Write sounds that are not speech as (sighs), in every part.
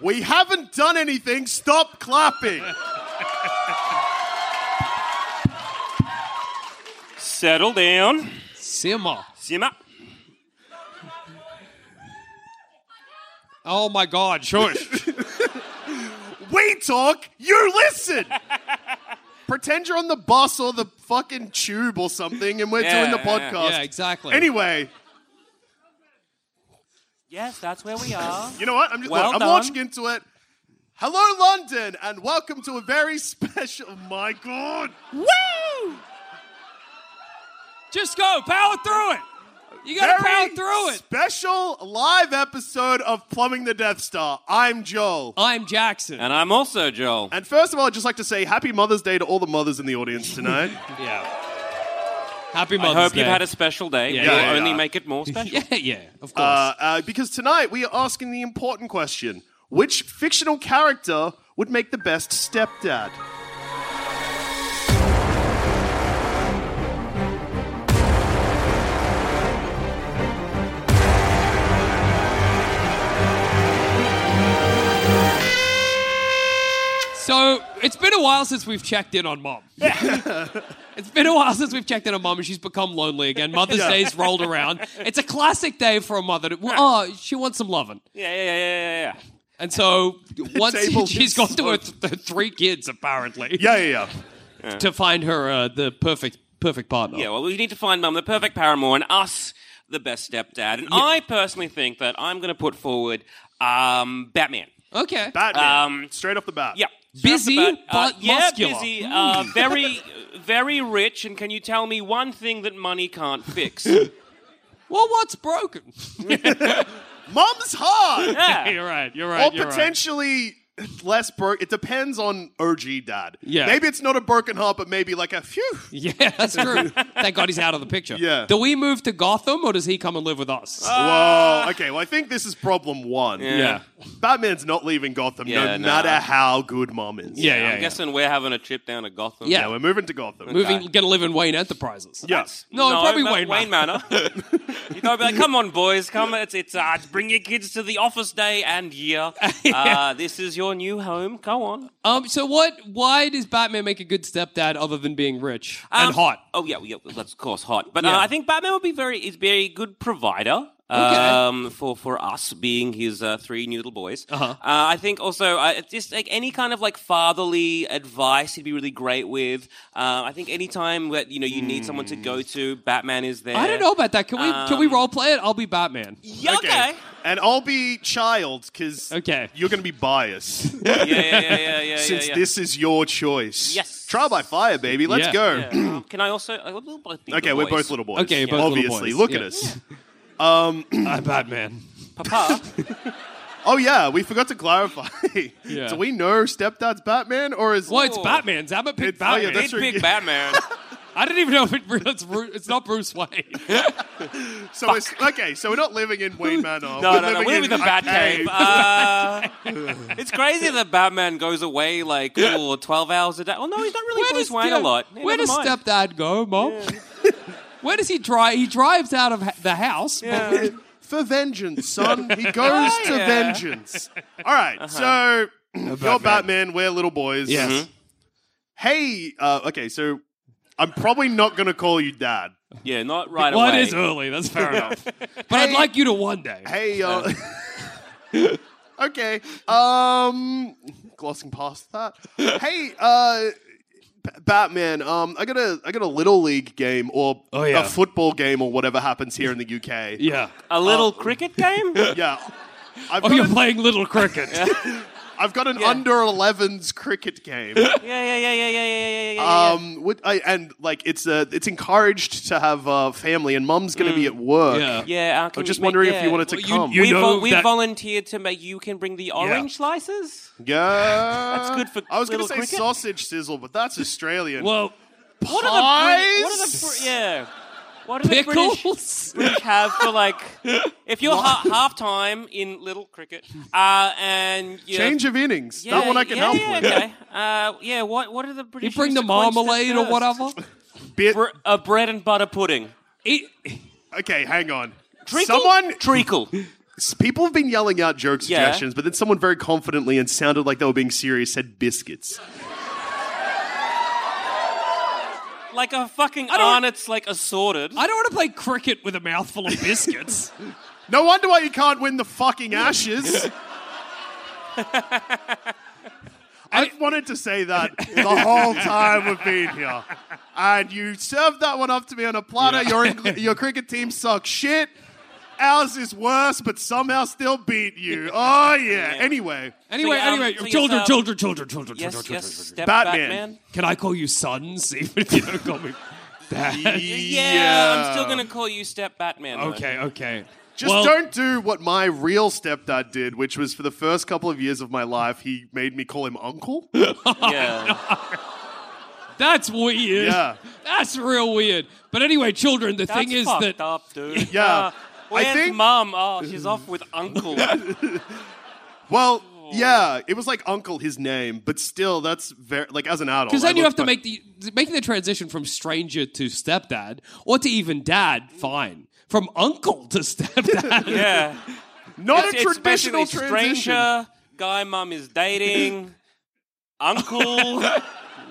We haven't done anything. Stop clapping. Settle down. Simmer. Simmer. Oh my God, (laughs) shush. We talk, you listen. Pretend you're on the bus or the fucking tube or something and we're doing the Yeah, yeah, podcast. yeah, exactly. Anyway, Yes, that's where we are. you know what? I'm just Well look, I'm done. launching into it. Hello, London, and welcome to a very (laughs) special. My God, Woo! Just go, power through it. You gotta power very through it. special live episode of Plumbing the Death Star. I'm Joel. I'm Jackson. And I'm also Joel. And first of all, I'd just like to say Happy Mother's Day to all the mothers in the (laughs) audience tonight. yeah. Happy I Mother's hope Day. you've (laughs) had a special day. Yeah, we'll yeah, yeah. only make it more (laughs) special. yeah, yeah, of course. Uh, uh, because tonight we are asking the important question which fictional character would make the best stepdad? so it's been a while since we've checked in on (laughs) mom. it's been a while since we've checked in on mom, and she's become lonely again. Mother's Day's rolled around. It's a classic day for a mother. To, well, oh, she wants some loving. Yeah, yeah, yeah, yeah, yeah. And (laughs) so once (laughs) table she's is gone to her, th- her three kids, apparently, Yeah, yeah, to find her uh, the perfect perfect partner. Yeah, well, we need to find Mum the perfect paramour and us the best stepdad. And I personally think that I'm going to put forward um, Batman. Okay. Batman. Um, Straight off the bat. Yeah. Busy, Straight off the but yeah, muscular. busy, uh, (laughs) very, very rich. And can you tell me one thing that money can't (laughs) fix? well, what's broken? Mom's hard. (laughs) Yeah. you're (laughs) right. You're or right. you're right. potentially less broken. It depends on OG dad. Yeah. Maybe it's not a broken heart, but maybe like a phew. (laughs) Yeah, that's true. Thank God he's out of the picture. Yeah. Uh, Do we move to Gotham or does he come and live with us? Whoa. Okay, well, I think this is problem one. yeah. Batman's not leaving Gotham Yeah, no nah. matter how good mom is. Yeah, yeah. I'm guessing we're having a trip down to Gotham. Yeah. Yeah, we're moving to Gotham. Moving, gonna live in Wayne Enterprises. Yes. No, probably Ma- Wayne Wayne Manor. (laughs) you know, I'd be like, come on, boys, come. It's it's uh, it's bring your kids to the office day (laughs) and year. Uh, this is your new home. Go on. Um. So what? Why does Batman make a good stepdad other than being rich and Um, hot? Oh yeah, well, yeah, well, that's of course hot. But Yeah. uh, I think Batman would be very is very good provider. Okay. Um, for for us being his uh, three noodle boys, Uh-huh. Uh, I think also uh, it's just like any kind of like fatherly advice, he'd be really great with. Uh, I think any time that you know you need someone to go to, Batman is there. Hmm. I don't know about that. Can we can we role play it? I'll be Batman. Yeah, okay. And I'll be child because Okay. you're going to be biased (laughs) yeah, yeah, yeah, yeah, (laughs) yeah. since yeah, yeah. this is your choice. Yes. Trial by fire, baby. Let's Yeah. go. (clears throat) Yeah. Um, Can I also? uh, we'll both be Okay, the we're boys. both little boys. Okay, both little obviously. boys. Look at Yeah. us. I'm Batman. Papa, (laughs) Oh yeah, we forgot to clarify. (laughs) Yeah. Do we know stepdad's Batman or is Well, it's Oh. Batman's. I'm a big It's- oh, yeah, Batman. that's big, (laughs) big Batman. I didn't even know if it, (laughs) it's, Bru- it's not Bruce Wayne. so? It's, okay, so we're not living in (laughs) Wayne Manor. we're No, no, no. living We're in with the Batcave. Uh, (laughs) (laughs) it's crazy that Batman goes away like ooh, 12 hours a day. Oh, no, he's not really Bruce Wayne a Dad- lot. Yeah, where never does mind. stepdad go, mom? (laughs) where does he drive? He drives out of ha- the house. but- (laughs) For vengeance, son. He goes to yeah. vengeance. All right, so (clears throat) You're Batman. We're little boys. Yes. Hey, uh, okay, so I'm probably not going to call you dad. Yeah, not right Well, away. it is early. That's fair enough. But I'd like you to one day. Hey, y'all. (laughs) okay. Um, glossing past that. Hey, uh, B- Batman. Um, I got a I got a little league game or Oh, yeah. a football game or whatever happens here in the (laughs) UK. Yeah. A little Um, cricket (laughs) game? Yeah. I've Oh, got you're an, playing little cricket. I've got an under 11s cricket game. Yeah, yeah, yeah, yeah, yeah, yeah, yeah, yeah, yeah. Um, would I, and like it's uh, it's encouraged to have uh, family, and Mum's going to be at work. Mm. Yeah. yeah, I can I'm just make- wondering yeah. if you wanted to Well, you- come. you- we know vo- we that- volunteered to make. You can bring the orange slices. yeah, That's good for I was gonna little say cricket. sausage sizzle, but that's Australian. (laughs) well, What are the Brit- what are the Pies? Brit- yeah? What do the British, pickles. British (laughs) have for like? If you're ha- half time in little cricket, uh, and you know, Change of innings. yeah, that one I can yeah, help yeah, with. (laughs) Okay. Uh, yeah. What What are the You British? bring use the to quench their marmalade or thirst? whatever. Bit- Br- a bread and butter pudding. Eat. okay, hang on. Treacle? Someone, treacle. s- people have been yelling out joke Yeah. suggestions, but then someone very confidently and sounded like they were being serious said biscuits. (laughs) like a fucking don't- arnott's like assorted. I don't want to play cricket with a mouthful of (laughs) biscuits. No wonder why you can't win the fucking Ashes. I've wanted to say that the whole time we've been here. And you served that one up to me on a platter. Your, Engl- your cricket team sucks shit. Ours is worse, but somehow still beat (laughs) you. Oh, yeah. Anyway, Anyway, um, anyway, so yes, children, um, children, children, children, children, yes, children, yes, children. step Batman. Batman. Can I call you sons, (laughs) even if you don't call me dad? (laughs) Yeah, I'm still gonna call you Step Batman. though. okay, okay. Just Well, don't do what my real stepdad did, which was for the first couple of years of my life, he made me call him uncle. (laughs) Yeah. That's weird. Yeah. That's real weird. But anyway, children, the That's thing is fucked that up, dude. Yeah. Uh, I where's think- mom? Oh, she's off with (laughs) uncle. Well, yeah, it was like uncle his name, but still, that's very like as an adult. because I then you have looked to back- make the making the transition from stranger to stepdad or to even dad. Fine, from uncle to (laughs) stepdad. yeah. not It's- a it's traditional basically transition. stranger guy mom is (laughs) dating. Uncle,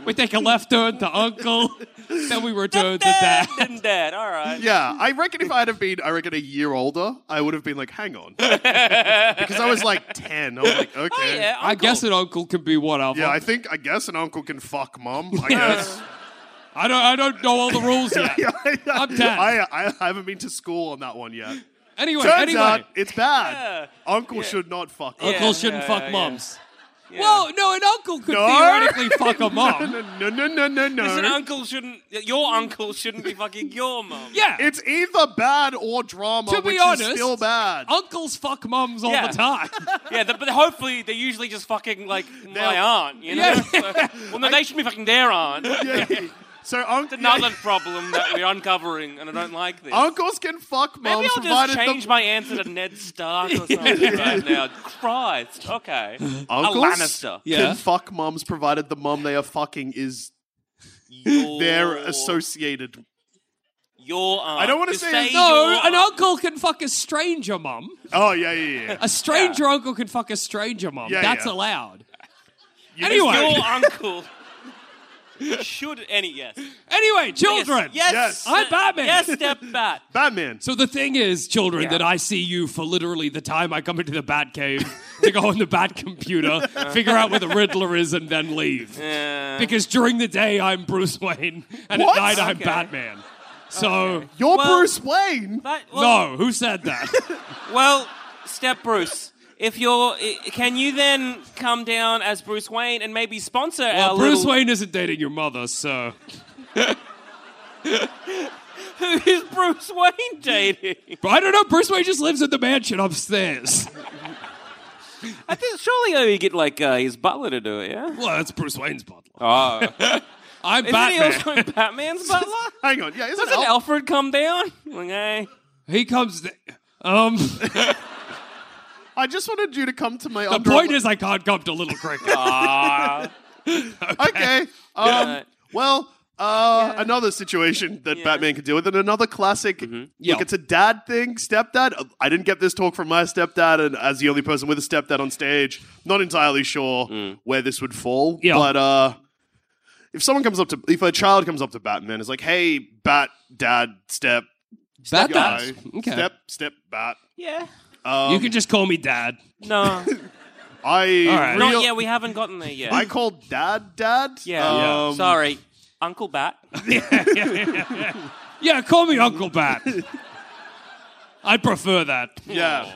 We take a left turn to uncle, then we return to dad, dad. and dad. All right. Yeah, I reckon if I'd have been, I reckon a year older, I would have been like, hang on, because I was like ten. I was (laughs) like, okay, Oh, yeah, I uncle. guess an uncle can be what Alpha. Yeah, I think I guess an uncle can fuck mum. I guess. I don't. I don't know all the rules yet. (laughs) I'm dead. I, I I havenn't been to school on that one yet. (laughs) Anyway, Turns anyway, out it's bad. Uncle should not fuck. Yeah. uncle (laughs) shouldn't yeah, fuck yeah. moms. Well, no, an uncle could No. theoretically fuck a mom. (laughs) No, no, no, no, Listen, no. uncle shouldn't. Your uncle shouldn't be fucking your mom. Yeah, (laughs) It's either bad or drama, To be which honest, is still bad. uncles fuck moms all Yeah. the time. (laughs) Yeah, the, but hopefully they're usually just fucking like my aunt, you know. Yeah. So- well, no, they should be fucking their aunt. (laughs) It's Yeah. so uncle, another problem that we're uncovering, and I don't like this. uncles can fuck Maybe moms I'll just provided change the my answer to Ned (laughs) Stark or something right now. Christ, okay. uncles A Lannister. can Yeah. fuck moms provided the mom they are fucking is their associated. Your aunt. I don't wanna Just say- No, your an aunt. uncle can fuck a stranger mum. Oh yeah, yeah, yeah. (laughs) A stranger uncle can fuck a stranger mum. Yeah, That's yeah. allowed. You Anyway. just- Your (laughs) uncle. Should any yes. (laughs) Anyway, children. Yes. Yes. I'm Batman. Yes, step bat. Batman. So the thing is, children, that I see you for literally the time I come into the Batcave to go on the Bat computer, figure out where the Riddler is, and then leave. Because during the day I'm Bruce Wayne, and What? at night I'm Okay. Batman. So You're Well- Bruce Wayne. That- well, no, who said that? (laughs) Well, Step Bruce, if you're, i- can you then come down as Bruce Wayne and maybe sponsor well, our Bruce little- Wayne isn't dating your mother, so (laughs) Who is Bruce (laughs) Wayne dating? but I don't know. Bruce Wayne just lives in the mansion upstairs. I think surely only get like uh, his butler to do it. Yeah. Well, that's Bruce Wayne's butler. Oh, I'm isn't Batman. he also Batman's butler? (laughs) Hang on, yeah, isn't Doesn't Al- Alfred come down? Oh. Okay. He comes. Th- um, I just wanted you to come to my. the Um, point is, I (laughs) can't come to Little Cricket. (laughs) okay. Um, Alright. Well, uh, Uh, Another situation that Batman can deal with, and another classic. Mm-hmm. Look, Yeah. it's a dad thing, stepdad. I didn't get this talk from my stepdad, and as the only person with a stepdad on stage, not entirely sure Mm. where this would fall. Yeah. But uh, if someone comes up to, if a child comes up to Batman, is like, "Hey, Bat, Dad, Step, Bad guy, guys. Okay. Step, Step, Bat." Yeah. you can just call me dad. (laughs) No. I All right. real- Not yet. We haven't gotten there yet. I called Dad, Dad. yeah. Um, Sorry. Uncle Bat. Yeah, call me Uncle Bat. (laughs) I prefer that. Yeah.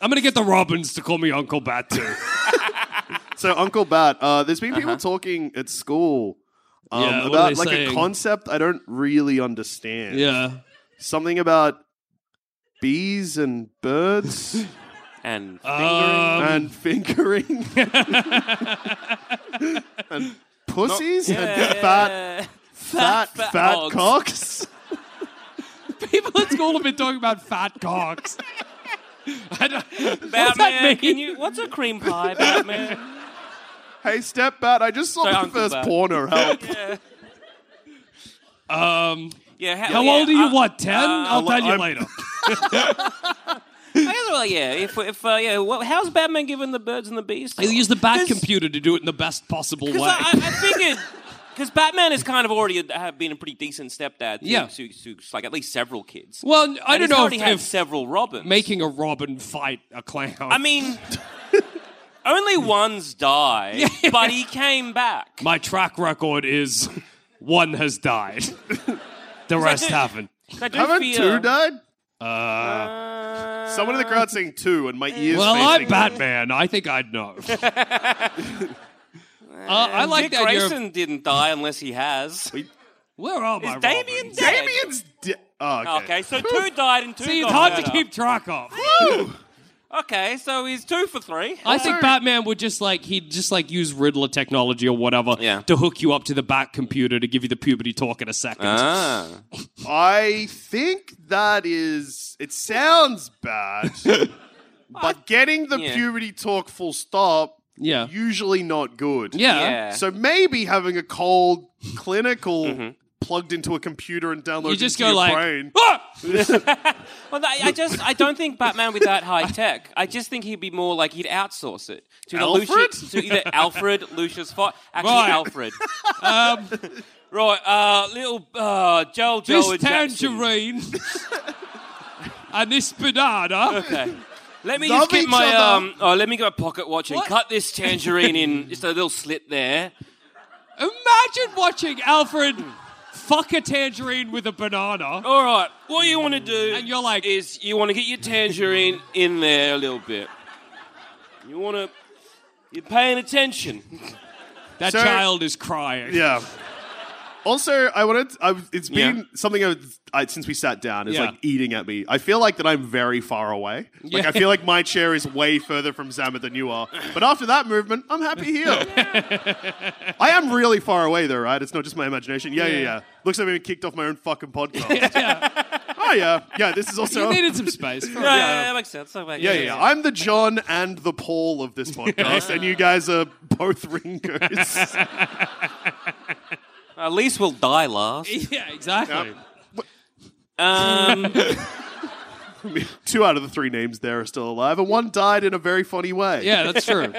I'm gonna get the Robins to call me Uncle Bat too. So Uncle Bat, uh, there's been people talking at school um, Yeah, what are about they like a saying? concept I don't really understand. (laughs) yeah. something about bees and birds And Um, and fingering and pussies and fat, Yeah. fat, fat fat, hogs. cocks. (laughs) people at school have been talking about fat (laughs) cocks. uh, I don't, what does Batman, that can mean? you? What's a cream pie, (laughs) Batman? Hey, step bat! I just saw Sorry, my Uncle first Bat. porno. (laughs) Help! um, Yeah. how yeah, old are you? uh, what, ten? I'll well, tell you (laughs) I'm- later. I guess, (laughs) well, yeah. If, if uh, yeah, well, how's Batman giving the birds and the bees? They use the Bat computer to do it in the best possible way. Because I, I I figured, because Batman is kind of already a, have been a pretty decent stepdad. To, Yeah. to, to, like at least several kids. well, n- I don't And he's know if, already had if several Robins. making a Robin fight a clown. I mean, (laughs) only one's died, but he came back. my track record is one has died. The (laughs) rest haven't. 'Cause I do Haven't feel- two died? Uh, Someone in the crowd saying two, and my ears. Well, I'm facing Batman. I think I'd know. (laughs) uh, I like Dick that. idea of- Grayson didn't die unless he has. Where are my Is Damien Robins? dead? Damien's. Di- oh, okay. Okay, (laughs) so two died and two. See, it's got hard to murdered. keep track of. Okay, so he's two for three. I think Batman would just like he'd just like use Riddler technology or whatever Yeah. to hook you up to the Bat computer to give you the puberty talk in a second. Ah. I think that is. It sounds (laughs) bad, but getting the Yeah. puberty talk full stop, Yeah. usually not good. yeah. Yeah. So maybe having a cold clinical plugged into a computer and downloading Mm-hmm. You just to go your like, brain. "Ah!" Well, I, I just I don't think Batman would be that high tech. I just think he'd be more like he'd outsource it to either Alfred? Lucius, to either Alfred, Lucius Fox, actually Right. Alfred. Um, right, uh, little uh, Joel Joel this (laughs) tangerine and this banana. Okay. Let me Love just get each my other. um. Oh, let me get my pocket watch and What? cut this tangerine in just a little slit there. Imagine watching Alfred fuck a tangerine with a banana. All right, what you want to do? And you're like- is you want to get your tangerine in there a little bit. You want to. You're paying attention. That Sir- child is crying. Yeah. Also, I wanted. I, was- it's Yeah. been something I've, I, since we sat down is Yeah. like eating at me. I feel like that I'm very far away. Like Yeah. I feel like my chair is way further from Zama than you are. But after that movement, I'm happy here. I am really far away though, right? It's not just my imagination. Yeah, yeah, yeah. Looks like I've been kicked off my own fucking podcast. Oh yeah, yeah. This is also. You needed some space. Yeah, yeah, yeah, that makes sense. That makes Yeah, yeah, sense. yeah. I'm the John and the Paul of this podcast, and you guys are both Ringos. At least we'll die last. Yeah, exactly. Um, (laughs) Two out of the three names there are still alive, and one died in a very funny way. Yeah, that's true.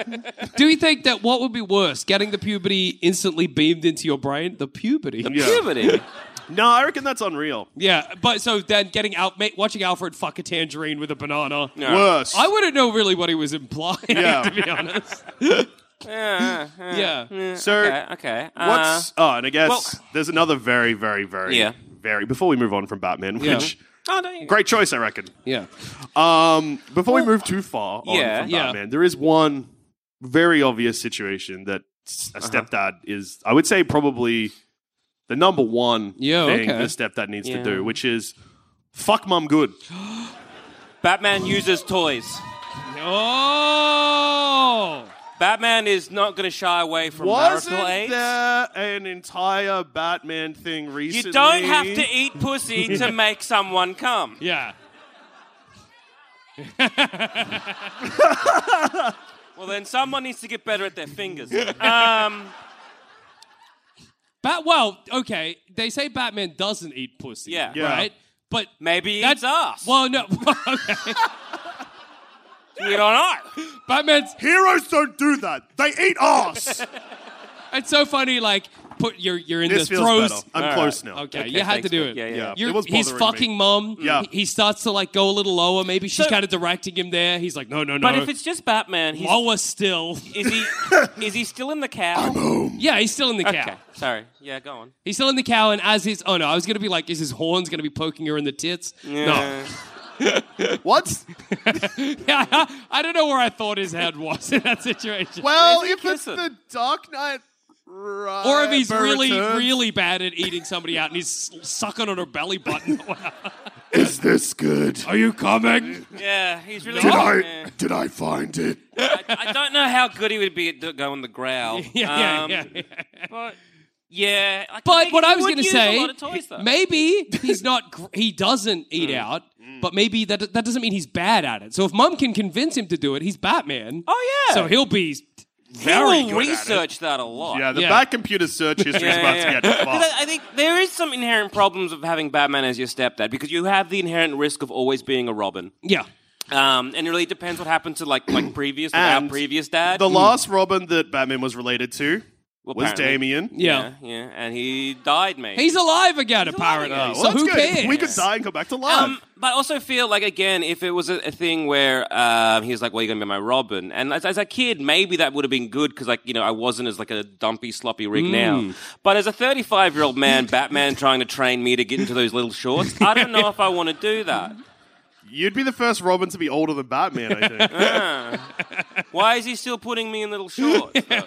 Do you think that what would be worse, getting the puberty instantly beamed into your brain? The puberty. Yeah. puberty. No, I reckon that's unreal. Yeah, but so then getting out, ma- watching Alfred fuck a tangerine with a banana. Yeah. Worse. I wouldn't know really what he was implying, (laughs) Yeah. to be honest. Yeah, yeah, Yeah. so, (laughs) Okay. okay. Uh, what's. Oh, and I guess well- there's another very, very, very, Yeah. very. Before we move on from Batman, Yeah. which. Oh, don't you- Great choice, I reckon. Yeah. Um, before we move too far on Yeah. from Yeah. Batman, there is one very obvious situation that s- Uh-huh. a stepdad is, I would say, probably the number one Yeah, thing okay. that a stepdad needs Yeah. to do, which is fuck mum good. Batman uses toys. Oh! Batman is not going to shy away from marital Wasn't aids. there an entire Batman thing recently? You don't have to eat (laughs) pussy to make someone come. Yeah. (laughs) Well, then someone needs to get better at their fingers. Um, Batman Bat. Well, okay. They say Batman doesn't eat pussy. Yeah. Yeah. Right. But Maybe he that's eats ass. Well, no. (laughs) okay. we don't know. Batman's. Heroes don't do that. They eat (laughs) ass. It's so funny. Like, put you're you're in this the feels throes. better. I'm close now. Okay, Okay, you had to thanks, do mate. it. Yeah, yeah, Yeah. You're- It was he's bothering me. fucking mum. Yeah. He, he starts to like go a little lower. Maybe she's So- kind of directing him there. He's like, no, no, no. But if it's just Batman, he's, lower still, is (laughs) he is he still in the cow? yeah, he's still in the cow. Okay, sorry. Yeah, go on. He's still in the cow, and as his oh no, I was gonna be like, is his horns gonna be poking her in the tits? No, Yeah. What? yeah, I, (laughs) I don't know where I thought his head was in that situation. Well, Where's if the it's kissing? the Dark Knight. Right, or if he's really, really bad at eating somebody out, and he's sucking on her belly button. (laughs) Is this good? Are you coming? Yeah, he's really. Did Yeah. I, did I find it? I, I don't know how good he would be at do- going the growl. (laughs) yeah, Um, yeah, yeah. But yeah, I But think what he I was would going to use a say, lot of toys, though. Mm. maybe he's not. Gr- he doesn't eat out, but maybe that that doesn't mean he's bad at it. So if Mum can convince him to do it, he's Batman. Oh, yeah. So he'll be. he Very will research that a lot. Yeah, the Yeah. back computer search history is about to get 'Cause fucked. I, I think there is some inherent problems of having Batman as your stepdad because you have the inherent risk of always being a Robin. Yeah. Um, and it really depends what happened to like like previous like our And previous dad. The last Robin that Batman was related to Well, was apparently. Damien. Yeah. yeah, yeah, and he died, mate. He's alive again, apparently. alive again. Oh, So Well, Oh, that's who good. cares? We could die and come back to life. Um, but I also feel like again, if it was a, a thing where um, he was like, "Well, you're gonna be my Robin," and as, as a kid, maybe that would have been good because, like, you know, I wasn't as like a dumpy, sloppy rig Hmm. now. But as a 35 year old (laughs) man, Batman trying to train me to get into those little shorts, I don't know if I want to do that. You'd be the first Robin to be older than Batman, I think. (laughs) Why is he still putting me in (laughs) little shorts? though?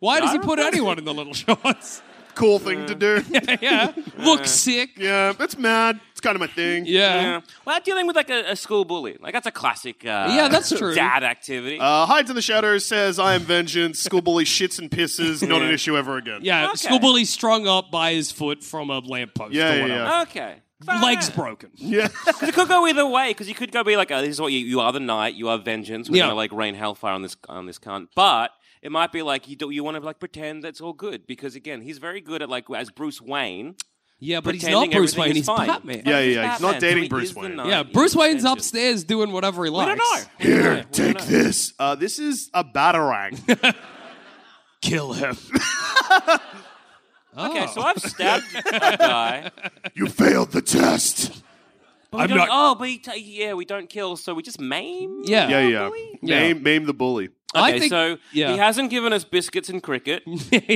Why does he put anyone in the little (laughs) shorts? cool thing to do. (laughs) yeah. Look sick. Yeah, that's mad. It's kind of my thing. Yeah. Yeah. Well, dealing with like a, a school bully, like that's a classic. Uh, Yeah, that's true. Dad activity. Uh, hides in the shadows, says, I am vengeance. School bully shits and pisses. Not an issue ever again. Yeah. Okay. School bully strung up by his foot from a lamppost Yeah, or yeah, whatever. yeah. okay. Fair. Legs broken. Yeah. Because it could go either way. Because you could go be like, "Oh, this is what you, you are the knight. You are vengeance. We're Yeah. gonna like rain hellfire on this on this cunt." But it might be like you do, you want to like pretend that's all good because again, he's very good at like as Bruce Wayne. Yeah, but he's pretending not Bruce everything Wayne. is He's fine. Batman. Yeah, yeah, He's yeah. He's not Batman, so he dating is Bruce the Wayne. knight. Yeah, He's Bruce Wayne's vengeance. upstairs doing whatever he likes. don't know. (laughs) Here, take this. Uh, this is a batarang. Kill him. Okay, so I've stabbed (laughs) a guy. (laughs) you failed the test. But we I'm don't, not- Oh, but he ta- yeah, we don't kill, so we just maim. Yeah. Yeah, yeah. Bully? Yeah. Name, name the bully. I Okay, think- so yeah. he hasn't given us biscuits (laughs) and cricket.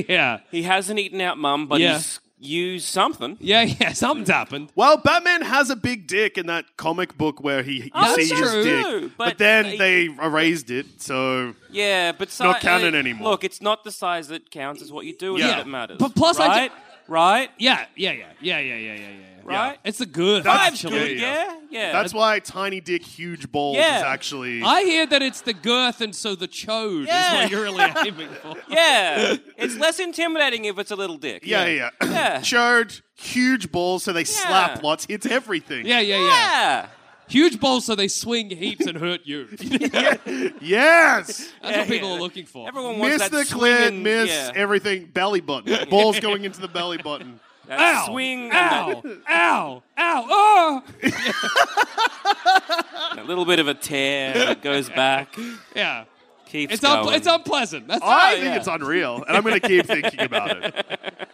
yeah. He hasn't eaten out mum, but Yeah. he's used something. Yeah, yeah. Something's happened. Well, Batman has a big dick in that comic book where he you Oh, see that's his true. dick, But but, then they they- erased it. So Yeah, but si- Not canon uh, anymore. Look, it's not the size that counts; it's what you do with Yeah. it that matters. But plus I right, ju- right, Yeah, yeah, yeah. Yeah, yeah, yeah, yeah, yeah. yeah. right. It's the good. Five's hot chili. good, yeah, yeah. that's why tiny dick, huge balls Yeah. is actually. I hear that it's the girth and so the chode Yeah. is what you're (laughs) really aiming for. yeah. It's less intimidating if it's a little dick. yeah, yeah, yeah. (clears throat) Yeah. Showed huge balls, so they slap lots, hits everything. Yeah, yeah, yeah. yeah. Huge balls so they swing heaps and hurt (laughs) you. That's Yes. what people yeah. are looking for. Everyone wants miss that the swing clit, and- miss yeah. everything. Belly (laughs) button. Balls going into the belly button. that ow, swing, and ow, ow, ow, oh! that- that little bit of (laughs) a tear that goes back. Yeah. Keeps It's, going. un- it's unpleasant. That's I all. think Oh, yeah. it's unreal, and I'm going to keep thinking about it. (laughs)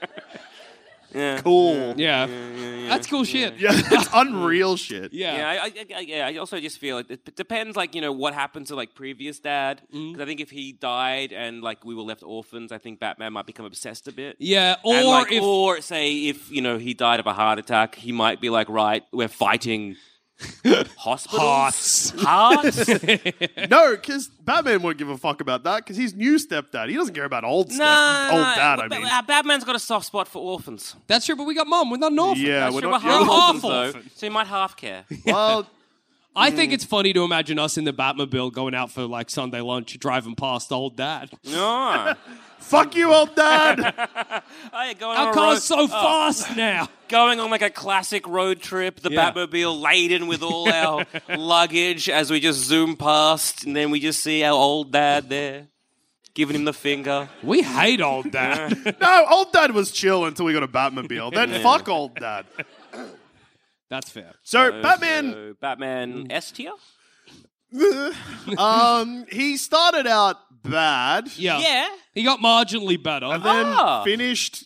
Yeah. Cool. Yeah. That's cool shit. Yeah, (laughs) it's unreal shit. Yeah, I, I, I, yeah. I also just feel like it p- depends, like you know, what happened to like previous dad. Mm-hmm. Because I think if he died and like we were left orphans, I think Batman might become obsessed a bit. Yeah, And, or like, if- or say if you know he died of a heart attack, he might be like, right, we're fighting hospitals, hearts, No, because Batman won't give a fuck about that because he's new stepdad. He doesn't care about old step, no, no, old no. dad. I But- but mean, our Batman's got a soft spot for orphans. That's true, but we got mom. We're not an orphan. yeah, That's Uh, we're true, not we're half yeah, orphans, orphans, though, so you might half care. Well, I think Mm. it's funny to imagine us in the Batmobile going out for like Sunday lunch, driving past old dad. no, fuck you, old (laughs) dad. oh, yeah, going on Our a road- car's so oh, fast now. going on like a classic road trip, the Yeah. Batmobile laden with all our luggage as we just zoom past, and then we just see our old dad there. giving him the finger. We hate old dad. No, old dad was chill until we got a Batmobile. Then fuck old dad. (laughs) That's fair. So Batman, So Batman S tier. um, he started out bad, Yeah. uh, Yeah. He got marginally better. and then Ah. finished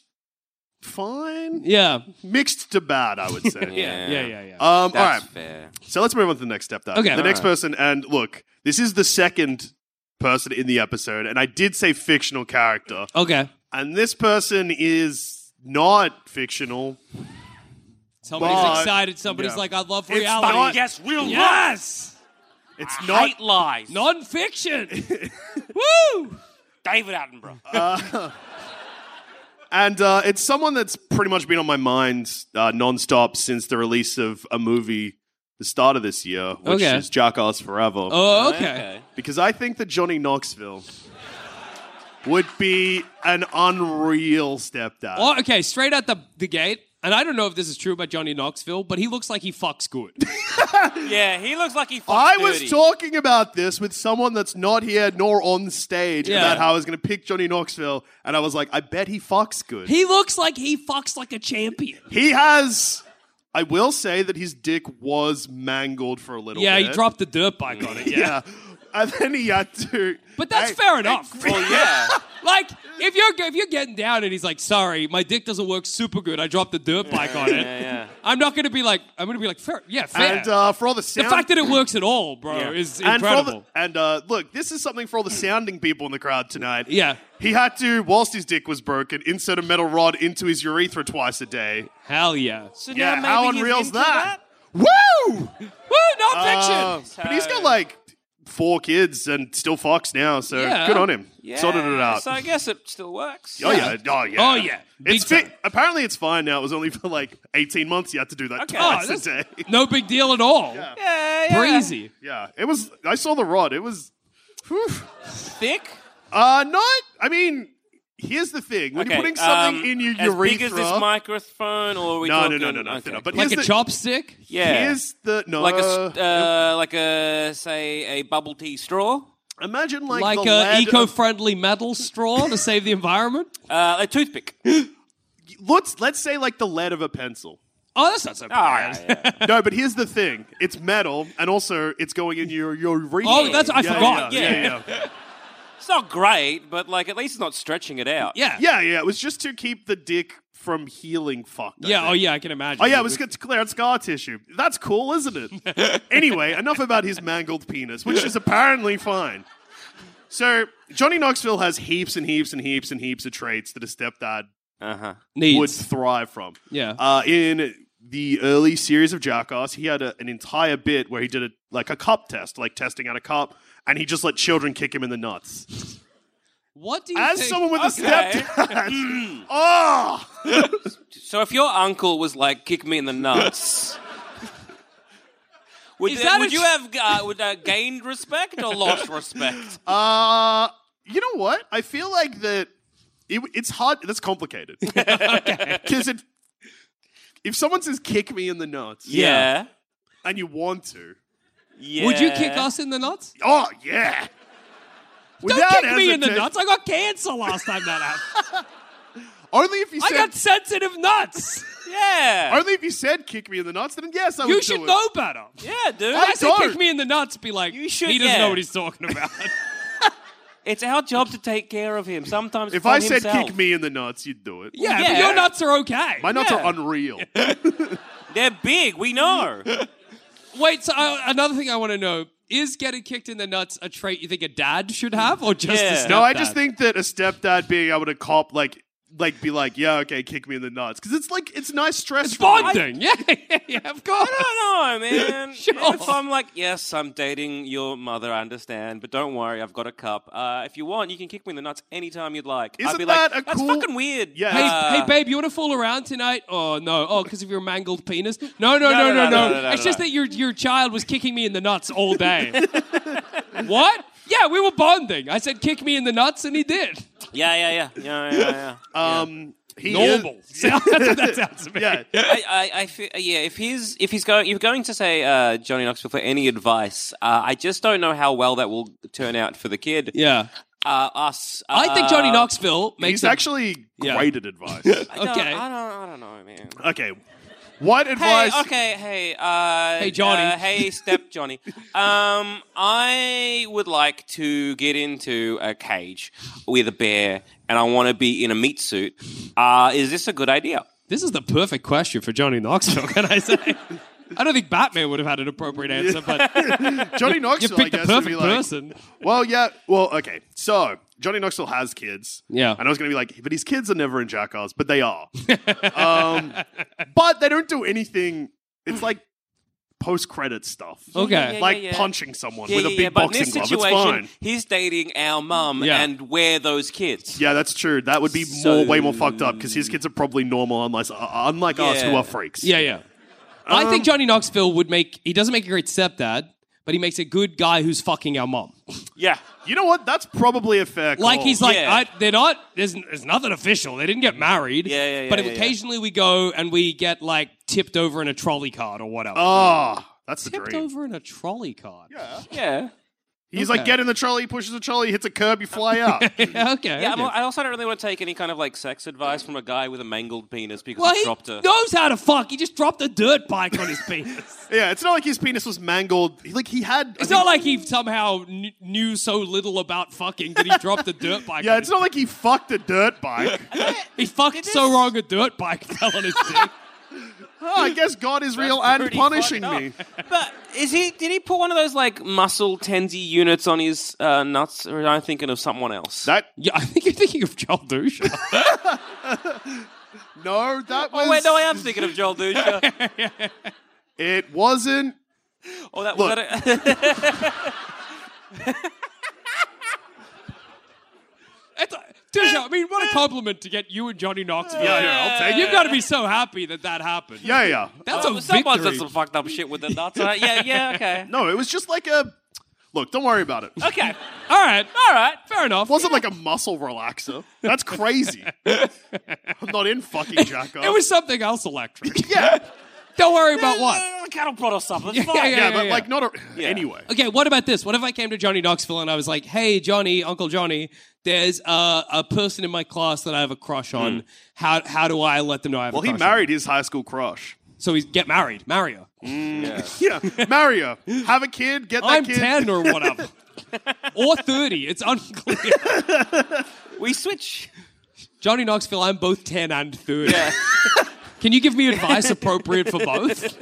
fine, yeah. mixed to bad. I would say. (laughs) Yeah. Yeah, yeah, yeah. Um, all right. That's fair. So let's move on to the next step. Though. Okay. The next Alright. person, and look, this is the second person in the episode, and I did say fictional character, okay. and this person is not fictional. Somebody's But- excited. Somebody's Yeah. like, I love It's reality. not- Yes, we'll yes! It's lie. not. Hate lies. (laughs) Nonfiction. Woo! David Attenborough. And uh, it's someone that's pretty much been on my mind uh, nonstop since the release of a movie, the start of this year, which Okay. is Jackass Forever. Oh, okay. Because I think that Johnny Knoxville would be an unreal stepdad. Oh, okay. Straight out the, the gate. And I don't know if this is true about Johnny Knoxville, but he looks like he fucks good. Uh, Yeah, he looks like he. Fucks I was dirty. talking about this with someone that's not here nor on stage Yeah. about how I was going to pick Johnny Knoxville, and I was like, I bet he fucks (laughs) good. he looks like he fucks like a champion. He has. I will say that his dick was mangled for a little Yeah, bit. he dropped the dirt bike on it. Yeah. Yeah. And then he had to. (laughs) But that's Hey, fair enough. Well, yeah. (laughs) Like if you're if you're getting down and he's like, "Sorry, my dick doesn't work super good. I dropped the dirt bike on it." I'm not gonna be like, I'm gonna be like, fair, yeah, fair. And uh, for all the the sound. fact that it works at all, bro, Yeah. is and for all the- incredible. and uh, look, this is something for all the sounding people in the crowd tonight. Yeah. He had to, whilst his dick was broken, insert a metal rod into his urethra twice a day. Hell yeah. So Yeah, now how maybe he's unreal's into that? that? Woo! Woo, Uh, nonfiction. but he's got like four kids and still Fox now, so Yeah. good on him. Yeah. Sorted it out. So I guess it still works. Oh yeah. Oh yeah. Oh, yeah. Big It's fi- time. apparently it's fine now. It was only (laughs) for like 18 months you had to do that Okay. twice Oh, a day. (laughs) no big deal at all. Yeah, yeah. Breezy. yeah. It was I saw the rod. It was whew. Thick. uh not I mean, here's the thing. When Okay, you're putting something um, in your as urethra big as this microphone, or are we No, no, talking, no, no, no, okay. no, But Like here's a the, chopstick? yeah, Here's the no like a s- uh, like a say a bubble tea straw, imagine like, Like, the a lead eco of- friendly metal straw to save the environment? uh, a toothpick. (laughs) let's let's say like the lead of a pencil. Oh, that's not so Ah, bad. No, but here's the thing. It's metal, and also it's going in your your urethra. Oh, that's- I yeah, forgot. Yeah, yeah, yeah. yeah. It's not great, but like at least it's not stretching it out. Yeah. Yeah, yeah, It was just to keep the dick from healing. Fucked. I Yeah, oh think. yeah, I can imagine. Oh yeah, it was good to clear out scar tissue. That's cool, isn't (laughs) it? anyway, enough about his mangled penis, which is apparently fine. So Johnny Knoxville has heaps and heaps and heaps and heaps of traits that a stepdad Uh huh. Needs. would thrive from. Yeah. Uh, in the early series of Jackass, he had a, an entire bit where he did a, like a cup test, like testing out a cup, and he just let children kick him in the (laughs) nuts. What do you As think? someone with a Okay. stepdad, oh, So if your uncle was like, "Kick me in the nuts," would, Is th- that (laughs) would a you tr- have uh, would uh, gained respect or lost respect? uh, you know what? I feel like that. It, it's hard. (laughs) That's complicated because it. If someone says "kick me in the nuts" (laughs) yeah. and you want to, Yeah. Would you kick us in the nuts? oh yeah, Don't Without kick me in the hesitation- nuts. I got cancer last time that (laughs) happened. Only if you I said got sensitive nuts. Yeah. Only if you said kick me in the nuts, then yes, (laughs) I would You do should it. know better. Yeah, dude. When I say don't. kick me in the nuts, be like, You should, he doesn't yeah. know what he's talking (laughs) about. It's our job to take care of him. Sometimes If from I said himself. kick me in the nuts, you'd do it. yeah, but Yeah. your nuts are okay. My nuts Yeah. are (laughs) unreal. they're big. (laughs) We know. Wait, so uh, another thing I want to know is getting kicked in the nuts a trait you think a dad should have or just Yeah. a no, I just stepdad? think that a stepdad being able to cop like like be like, yeah, okay, kick me in the nuts, because it's like it's nice stress. It's relief. bonding. (laughs) Yeah, yeah, yeah, of course. I don't (laughs) know, man. Sure. If I'm like, yes, I'm dating your mother, I understand, but don't worry, I've got a cup. Uh, if you want, you can kick me in the nuts anytime you'd like. Isn't I'd be that like, a that's cool- fucking weird. Yeah. Hey, Uh, hey, babe, you want to fool around tonight? Oh no! Oh, because of your mangled penis? No, no, no, no, No, no. no, no, no, no, no, it's just no. that your your child was kicking me in the nuts all day. what? Yeah, we were bonding. I said, "Kick me in the nuts," and he did. Yeah, yeah, yeah. Yeah, yeah, yeah. (laughs) yeah. Um, he Normal. (laughs) is- So that's what that sounds to me. (laughs) yeah, I, I, I feel, yeah. If he's if he's going, if you're going to say uh, Johnny Knoxville for any advice, uh, I just don't know how well that will turn out for the kid. Yeah. uh, us. Uh, I think Johnny Knoxville makes He's a- actually Yeah. great (laughs) at advice. I don't- okay. I don't, I don't know, man. okay. What advice? Hey, okay, hey, uh, Hey, Johnny. uh, hey, step (laughs) Johnny. Um, I would like to get into a cage with a bear, and I want to be in a meat suit. Uh, is this a good idea? This is the perfect question for Johnny Knoxville, can I say? (laughs) I don't think Batman would have had an appropriate answer, but Johnny you Knoxville, I picked the guess, would be perfect like, person. Well, yeah. Well, okay. So Johnny Knoxville has kids. Yeah. And I was going to be like, but his kids are never in Jackass, but they (laughs) are. um, but they don't do anything. It's like post credit stuff. Okay. yeah, like yeah, yeah. punching someone Yeah, with a yeah, big yeah, but in boxing this glove. situation, it's fine. he's dating our mum, Yeah. and we're those kids. Yeah, that's true. That would be more way more fucked up because his kids are probably normal, unless uh, unlike us who Yeah. are freaks. Yeah, yeah. I Um, think Johnny Knoxville would make. He doesn't make a great stepdad, but he makes a good guy who's fucking our mom. Yeah, You know what? That's probably a fair. Call. Like he's like, Yeah. I, they're not. There's, there's nothing official. They didn't get married. Mm. Yeah, yeah, yeah, But yeah, yeah. occasionally we go and we get like tipped over in a trolley cart or whatever. Oh, that's the tipped dream. over in a trolley cart. (laughs) yeah. He's like, Okay. get in the trolley, pushes the trolley, hits a curb, you (laughs) fly out. Yeah, okay. Yeah, I'm, okay. I also don't really want to take any kind of like sex advice from a guy with a mangled penis because well, he he dropped a. knows how to fuck. He just dropped a dirt bike on (laughs) his penis. yeah, it's not like his penis was mangled. He- Like he had. I It's think- not like he somehow kn- knew so little about fucking that he dropped a dirt bike. Yeah, on it's his- not like he fucked a dirt bike. He fucked so wrong a dirt bike (laughs) fell on his dick. Oh, I guess God is real and pretty punishing fucked me. But is he? Did he put one of those like muscle tensy units on his uh, nuts, or am I thinking of someone else? That Yeah, I think you're thinking of Joel (laughs) Dusha. no, that was oh wait, no, I am thinking of Joel (laughs) Dusha. it wasn't. Oh, that Look. was (laughs) that. A, It's, Dusha, I mean, what a compliment to get you and Johnny Knoxville. Yeah, yeah, I'll take You've got to be so happy that that happened. Yeah, yeah. That's a someone's done victory. some fucked up shit with the nuts. Uh, yeah, (laughs) yeah, okay, No, it was just like a. Look, don't worry about it. okay, All right. all right. Fair enough. wasn't like a muscle relaxer. That's crazy. I'm not in fucking Jacko. it was something else electric. (laughs) yeah, Don't worry about (laughs) what. Cattle brought us (laughs) up. That's Yeah, fine. yeah, yeah, but like not a, anyway. Okay, what about this? What if I came to Johnny Knoxville and I was like, hey, Johnny, Uncle Johnny, there's a, a person in my class that I have a crush on. How, how do I let them know I have Hmm. Well, a he crush married his high school crush. on them? So he's get married. Mario. Yeah, marry her, have a kid, get that I'm kid. 10 or whatever. or 30. It's unclear. (laughs) We switch. Johnny Knoxville, I'm both 10 and 30. (laughs) Can you give me advice appropriate for (laughs) both?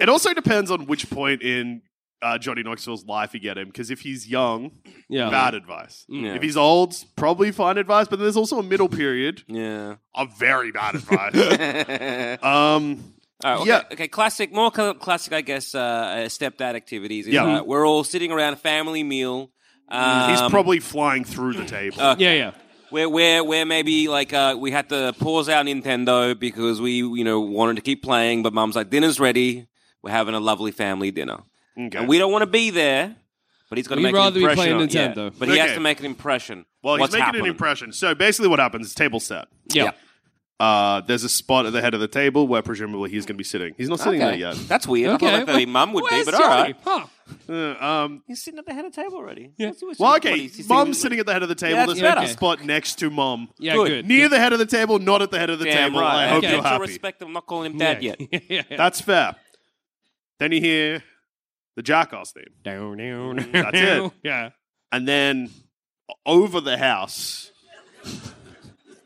It also depends on which point in uh, Johnny Knoxville's life you get him. Because if he's young, Yeah. bad advice. Mm, Yeah. If he's old, probably fine advice. But there's also a (laughs) middle period Yeah. of very (laughs) bad advice. um, All right, okay, Yeah. Okay. Classic. More cl- classic, I guess. Uh, uh, stepdad activities. is, Yeah. uh, we're all sitting around a family meal. Um, uh, he's probably flying through the table. Yeah, yeah. where where where maybe like uh, we had to pause our Nintendo because we you know wanted to keep playing, but Mum's like dinner's ready. We're having a lovely family dinner, Okay. and we don't want to be there. But he's got to We'd make rather an be impression. playing on- yeah, Nintendo. but he has Okay. to make an impression. well, he's What's making happening. an impression. So basically, what happens is table set. Yeah. Uh, there's a spot at the head of the table where presumably he's going to be sitting. He's not sitting there yet. That's weird. I Okay. thought maybe Mum would be, Where's but all right. Johnny? Huh. Uh, um, He's sitting at the head of the table already. Yeah. That's- well, what okay. he's- he's Mom's sitting at the head of the table. that's there's better. a spot next to mom. Yeah, Good. good. Near the head of the table, not at the head of the Damn table. right. I hope Okay. you're Mutual happy. respect. I'm not calling him (laughs) dad Yeah. yet. That's fair. Then you hear the Jackass theme. Down, down, Mm, That's down. it. Yeah. And then o- over the house,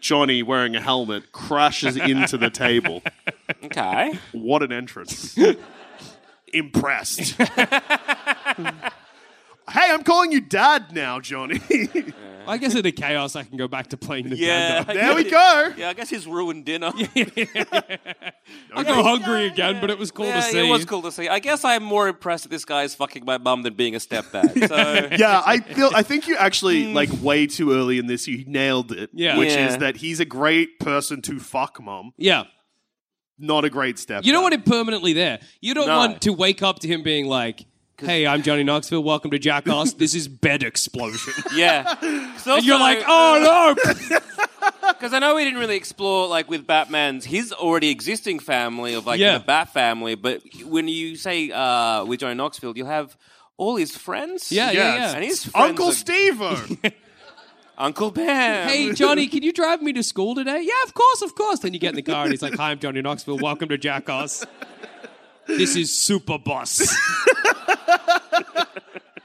Johnny wearing a helmet crashes into the (laughs) table. Okay. What an entrance. Impressed. (laughs) hey, I'm calling you dad now, (laughs) Johnny. I guess in the chaos, I can go back to playing Nintendo. Yeah. (laughs) there we go. (laughs) Yeah, I guess he's ruined dinner. I go hungry again, but it was cool Yeah, to see. it was cool to see. I guess I'm more impressed that this guy is fucking my mum than being a stepdad. So (laughs) Yeah, I feel I think you actually like way too early in this you nailed it. Mm. Yeah. Which Yeah. is that he's a great person to fuck mom, Yeah. not a great step. You don't want him permanently there. You don't No. want to wake up to him being like, hey, I'm Johnny Knoxville. Welcome to Jackass. this is bed explosion. yeah, and you're like, oh, no. because I know we didn't really explore like with Batman's his already existing family of like Yeah. the Bat family, but when you say uh, with Johnny Knoxville, you have all his friends. Yeah, yeah, yeah. and his friends Uncle (laughs) are- Steve Uncle (laughs) Ben. Hey, Johnny, can you drive me to school today? Yeah, of course, of course. Then you get in the car and he's like, Hi, I'm Johnny Knoxville. Welcome to Jackass. This is Super Bus. (laughs)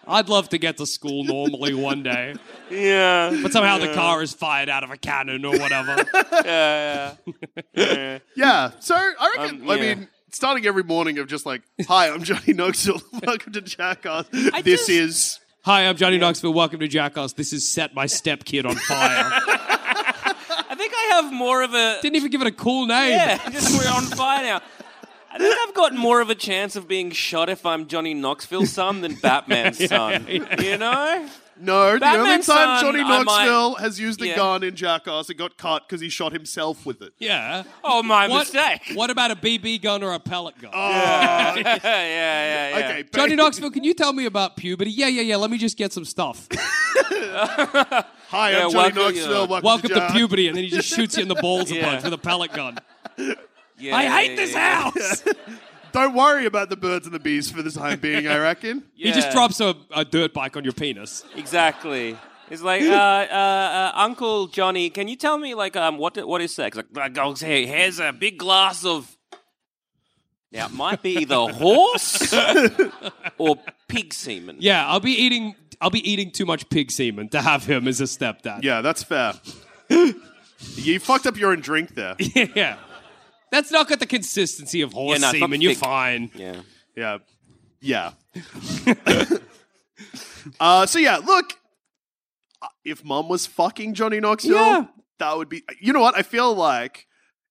I'd love to get to school normally one day, Yeah. but somehow the car is fired out of a cannon or whatever. Yeah. So I reckon. Um, I yeah. mean, starting every morning of just like, "Hi, I'm Johnny Knoxville. (laughs) Welcome to Jackass. this just- is." Hi, I'm Johnny Knoxville. Welcome to Jackass. This is Set My Step Kid on Fire. I think I have more of a. (laughs) Didn't even give it a cool name. Yeah, (laughs) just we're on fire now. I think I've got more of a chance of being shot if I'm Johnny Knoxville's son than (laughs) Batman's son. You know? No, the only Batman's time son, Johnny I might- Knoxville has used a Yeah. gun in Jackass, it got cut because he shot himself with it. Yeah. Oh, my What- mistake. What about a BB gun or a pellet gun? (laughs) yeah, yeah, yeah. yeah. Okay, but- Johnny Knoxville, can you tell me about puberty? Yeah, yeah, yeah. Let me just get some stuff. Hi, Yeah, I'm Johnny welcome, you Knoxville. know, welcome, Welcome to, to Jack. puberty, and then he just shoots you in the balls a Yeah. bunch with a pellet gun. Yeah, I yeah, hate yeah, this yeah. house. Don't worry about the birds and the bees for the time being. (laughs) I reckon. He just Yeah. drops a, a dirt bike on your penis. Exactly. It's like, uh, uh, uh, Uncle Johnny, can you tell me, like, um, what what is sex? Like, like, oh, hey, here's a big glass of. Now, it might be either (laughs) horse or pig semen. Yeah, I'll be eating. I'll be eating too much pig semen to have him as a stepdad. Yeah, that's fair. you fucked up your own drink there. (laughs) Yeah, That's not got the consistency of horse Yeah, no, it's not semen. You're thick. fine. Yeah. Yeah. (laughs) Yeah. uh, so yeah, look, uh, if mom was fucking Johnny Knoxville, Yeah. that would be. You know what? I feel like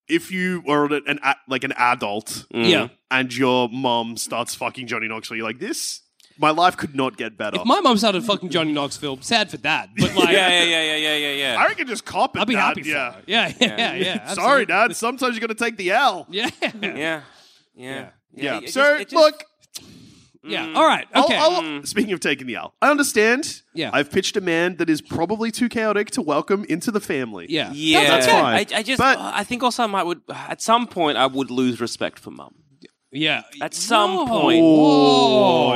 if you were an, an a- like an adult Yeah. and your mom starts fucking Johnny Knoxville, you're like, this. My life could not get better. If my mom started fucking Johnny Knoxville, sad for dad, but like, Yeah, yeah, yeah, yeah, yeah, yeah, yeah. I reckon just cop it. I'll be Dad. happy for Yeah. her. Yeah, (laughs) yeah, yeah. yeah Sorry, Dad. Sometimes you got to take the L. absolutely. Yeah, (laughs) Yeah. Yeah. Yeah. it- it so just- Mm. it just- look, yeah. All right. Okay. I'll- I'll- speaking of taking the L, I understand. Yeah. I've pitched a man that is probably too chaotic to welcome into the family. yeah. Yeah, That's okay. fine. I, I just, But- I think also I might would at some point I would lose respect for mum. Yeah. At some Whoa. point. Oh,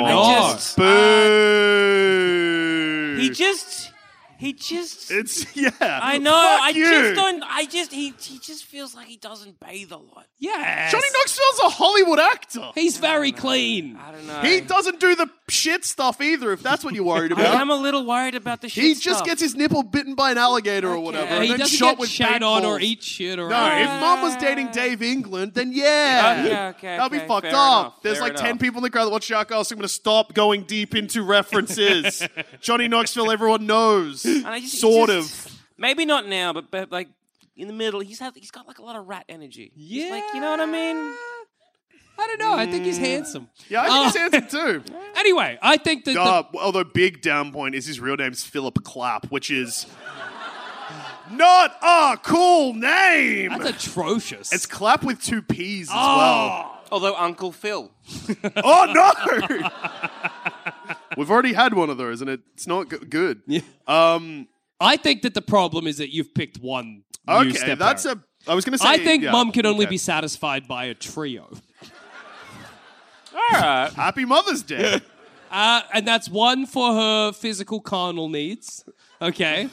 Whoa. I Oh, no. just, Boo. he just, he just. It's yeah. I know. Fuck I you. just don't. I just he he just feels like he doesn't bathe a lot. Yes. Johnny Knoxville's a Hollywood actor. He's very clean. I don't know. He doesn't do the shit stuff either. If that's what you're worried (laughs) I am about. a little worried about the shit. He just stuff. gets his nipple bitten by an alligator or whatever, Yeah, and he then doesn't shot get with shat on or paintballs. eat shit or. No, if Mom was dating Dave England, then yeah, Oh, Uh, yeah, okay, that'd be okay, fucked fair up. enough, There's fair like ten enough. people in the crowd that watch Jackass. I'm gonna stop going deep into (laughs) references. Johnny Knoxville, everyone knows, And I just- he sort just- Maybe not now, but, but like in the middle, he's had he's got like a lot of rat energy. He's like you know what I mean. I don't know. I think he's handsome. Uh, of. Mm. Yeah, I Oh. think he's handsome too. (laughs) Anyway, I think that. Uh, although big down point is his real name's Philip Clapp, which is not a cool name. the, (laughs) that's atrocious. it's Clapp with two P's as Oh. Although Uncle Phil. well. Oh no! (laughs) We've already had one of those, and it's not g- good. I think that the problem is that you've picked one. new Okay, stepparent. that's a. I was going to say. I think yeah, mum can only okay. be satisfied by a trio. All right. Happy (laughs) Mother's Day. Uh, and that's one for her physical carnal needs, (laughs) okay?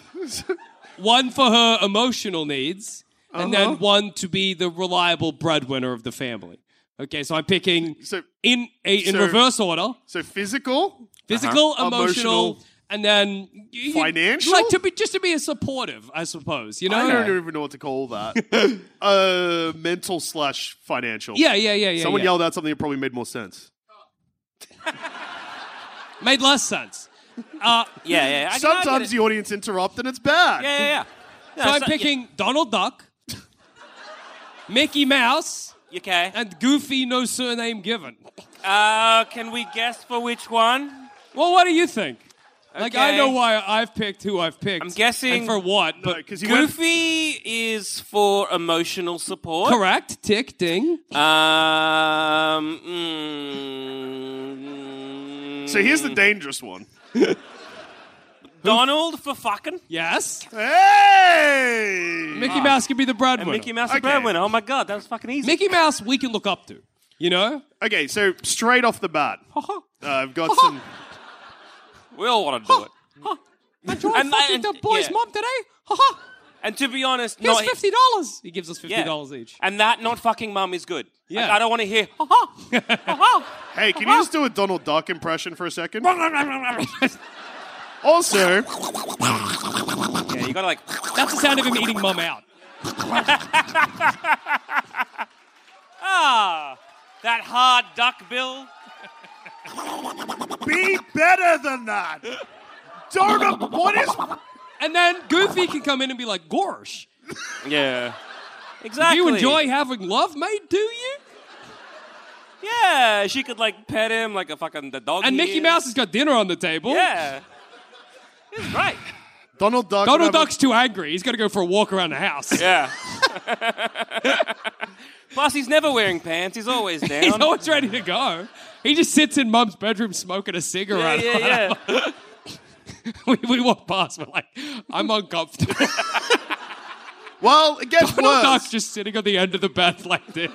one for her emotional needs, and then Uh-huh. one to be the reliable breadwinner of the family. Okay, so I'm picking So- in a, in so- reverse order: so physical. physical, emotional, Emotional. and then you- you- Financial? Like to be just to be a supportive, I suppose. You know? I don't even know what to (laughs) call that. uh, mental slash financial. Yeah, yeah, yeah, yeah. Someone yeah. yelled out something that probably made more sense. Made less sense. Uh, Yeah, yeah. I can- I get Sometimes it. the audience interrupt and it's bad. Yeah, yeah, yeah. No, so I'm so- picking Donald Duck, (laughs) Mickey Mouse, Okay. Uh, and Goofy, no surname given. Uh, can we guess for which one? Well, what do you think? Like, I Okay. know why I've picked who I've picked. I'm guessing- and for what, but Because you went, Goofy is for emotional support. correct. Tick, ding. Um. mm, so here's the dangerous one. Donald for fucking. Yes. Hey! Mickey Mouse could be the breadwinner. Ah. Mickey Mouse Okay. the breadwinner. Oh my god, that was fucking easy. Mickey Mouse, we can look up to. You know? Okay, so (laughs) straight off the bat, uh, I've got some. Oh. we all want to do it. I tried And- fucking and- the boy's yeah. mom today. Ha ha. And to be honest, Here's not fifty dollars. He gives us fifty yeah. dollars each. And that not fucking mum is good. Like, Yeah. I don't want to hear. "Oh, Ha ha. Ha Hey, can you just do a Donald Duck impression for a (laughs) second? ha. Also, Yeah, you gotta like. That's the sound of him eating mum out. Ah, that hard duck bill. be better than that. Donald, what is? And then Goofy can come in and be like, "Gorsh, Yeah. do Exactly. you enjoy having love, mate? Do you?" Yeah, she could like pet him like a fucking the dog. And he Mickey is. Mouse has got dinner on the table. Yeah. It's right. Donald Duck. Donald would have a- Duck's too angry. He's got to go for a walk around the house. Yeah. (laughs) Plus, he's never wearing pants. (laughs) He's always (laughs) down. He's always ready to go. He just sits in mum's bedroom smoking a yeah, cigarette. yeah, yeah. (laughs) we, we walk past, we're like, I'm uncomfortable. (laughs) Well, it gets Donald worse. Duck's just sitting on the end of the bed (laughs) like this.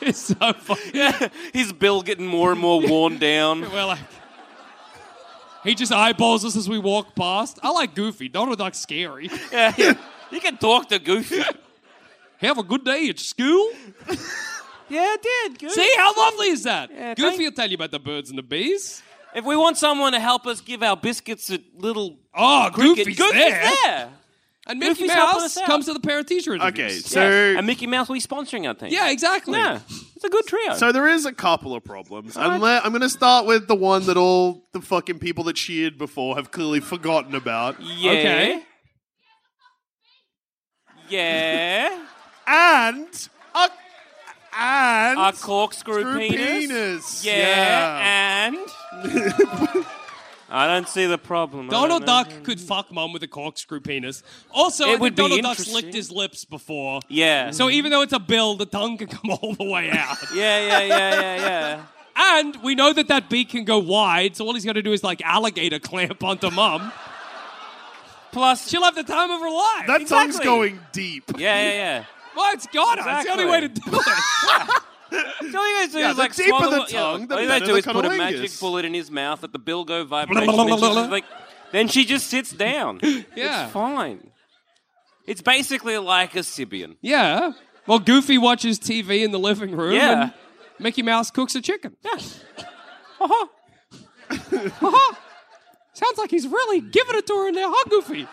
It's so funny. (laughs) His bill getting more and more worn down. (laughs) We're like, he just eyeballs us as we walk past. I like Goofy. Donald Duck's (laughs) scary. Yeah, yeah. (laughs) You can talk to Goofy. Have a good day at school. Yeah, I did. Goofy. See, how lovely is that? Goofy thank- will tell you about the birds and the bees. If we want someone to help us give our biscuits a little Oh, cricket, Goofy's, Goofy's there. there. And Mickey Goofy's helping Mouse us out. comes to the parent teacher interviews. Okay, so Yeah. and Mickey Mouse will be sponsoring our team. Yeah, exactly. Yeah. It's a good trio. So there is a couple of problems. Unle- I'm going to start with the one that all the fucking people that cheered before have clearly forgotten about. yeah. Okay. Yeah. And a and Our corkscrew Screw penis. penis. Yeah. Yeah. And (laughs) I don't see the problem. I Donald don't know. Duck could fuck mum with a corkscrew penis. Also, It I think would be Donald Duck's interesting. licked his lips before. Yeah. So even though it's a bill, the tongue can come (laughs) all the way out. yeah, yeah, yeah, yeah, yeah. and we know that that beak can go wide, so all he's got to do is like alligator clamp onto mum. Plus, she'll have the time of her life. that tongue's Exactly. going deep. Yeah, yeah, yeah. well, it's gotta. It's the Exactly. only way to do it. So all you guys do Yeah, is the like deeper swallow, the yeah, tongue, the all you better guys do the is put a cunnilingus. magic bullet in his mouth, let the bill go vibration, and then she's just like, then she just (laughs) sits down. Yeah. It's fine. It's basically like a Sibian. yeah. Well, Goofy watches TV in the living room. Yeah. And Mickey Mouse cooks a chicken. Yeah. (laughs) Uh-huh. Uh-huh. Sounds like he's really giving it to her in there, huh, Goofy?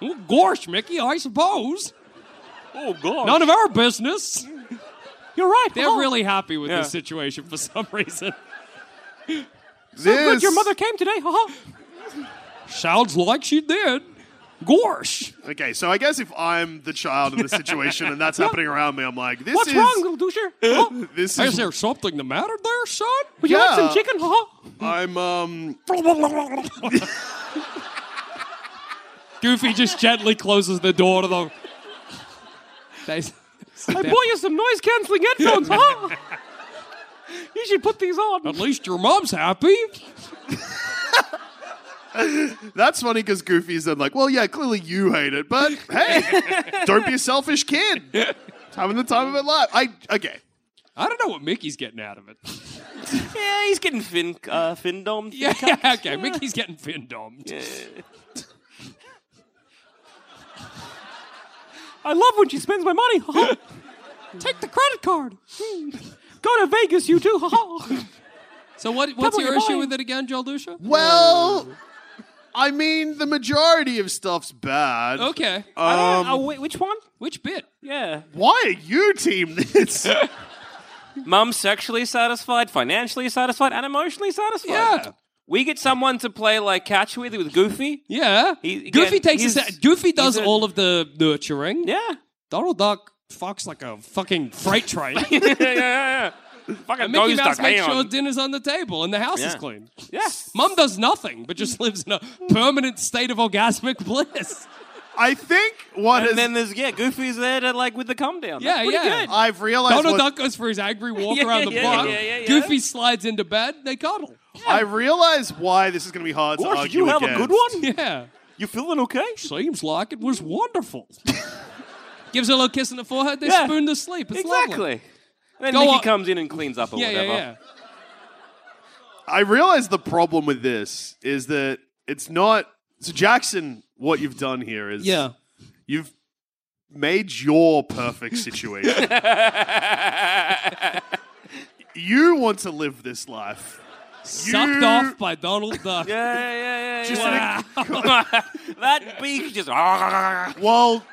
Well, gosh, Mickey, I suppose. Oh god. None of our business. You're right. Uh-huh. They're huh? really happy with Yeah. this situation for some (laughs) reason. This, came today, Uh-huh. huh? Sounds like she did. Gosh. Okay, so I guess if I'm the child in the situation and (laughs) that's happening around me, I'm like, this What's is wrong, Uh-huh. little doucher? Huh? this Is is there something the matter there, son? Would you like some Yeah. chicken, huh? I'm um Goofy just gently closes the door to the. They, I bought you some noise cancelling headphones, huh? you should put these on. At least your mom's happy. that's funny because Goofy's then like, well, yeah, clearly you hate (laughs) it, but hey, don't be a selfish kid. It's Having the time of my life. I okay. I don't know what Mickey's getting out of it. Yeah, he's getting fin uh fin (laughs) domed. Yeah, yeah okay. Mickey's getting fin domed. I love when she spends my money. (laughs) Take the credit card. (laughs) Go to Vegas, you too. (laughs) so what, what's on, your you're issue buying. with it again, Joel Dusha? Well, I mean, the majority of stuff's bad. Okay. Um, oh, wait, which one? Which bit? Yeah. why are you team this? Mum sexually satisfied, financially satisfied, and emotionally satisfied. Yeah. We get someone to play like catch with with Goofy. Yeah. He- Goofy again, takes his. he's- Goofy does he's a- all of the nurturing. Yeah. Donald Duck fucks like a fucking freight (laughs) train. (laughs) yeah, yeah, yeah, yeah. Fucking and Mickey ghost Mouse duck, makes hang sure on. dinner's on the table and the house is Yeah. clean. Yeah. Mum does nothing but just lives in a permanent state of orgasmic (laughs) bliss. I think what And has- then there's yeah, Goofy's there to like with the come down. Yeah, That's pretty yeah. Good. I've realized Donald what, Duck goes for his angry walk Yeah, around the yeah, block. yeah, yeah, yeah. Goofy slides into bed. They cuddle. (laughs) I realize why this is going to be hard to argue against. Yeah. You feeling okay? Seems like it was (laughs) wonderful. Gives her a little kiss on the forehead. They Yeah. spoon to sleep. It's lovely. exactly. And then Go Mickey on. comes in and cleans up or Yeah, yeah, whatever. yeah. I realize the problem with this is that it's not. So Jackson, what you've done here is Yeah. you've made your perfect (laughs) situation. you want to live this life. Sucked off by Donald Duck. Yeah, yeah, yeah. Just yeah. like- (laughs) that beak just. (laughs) yeah, well,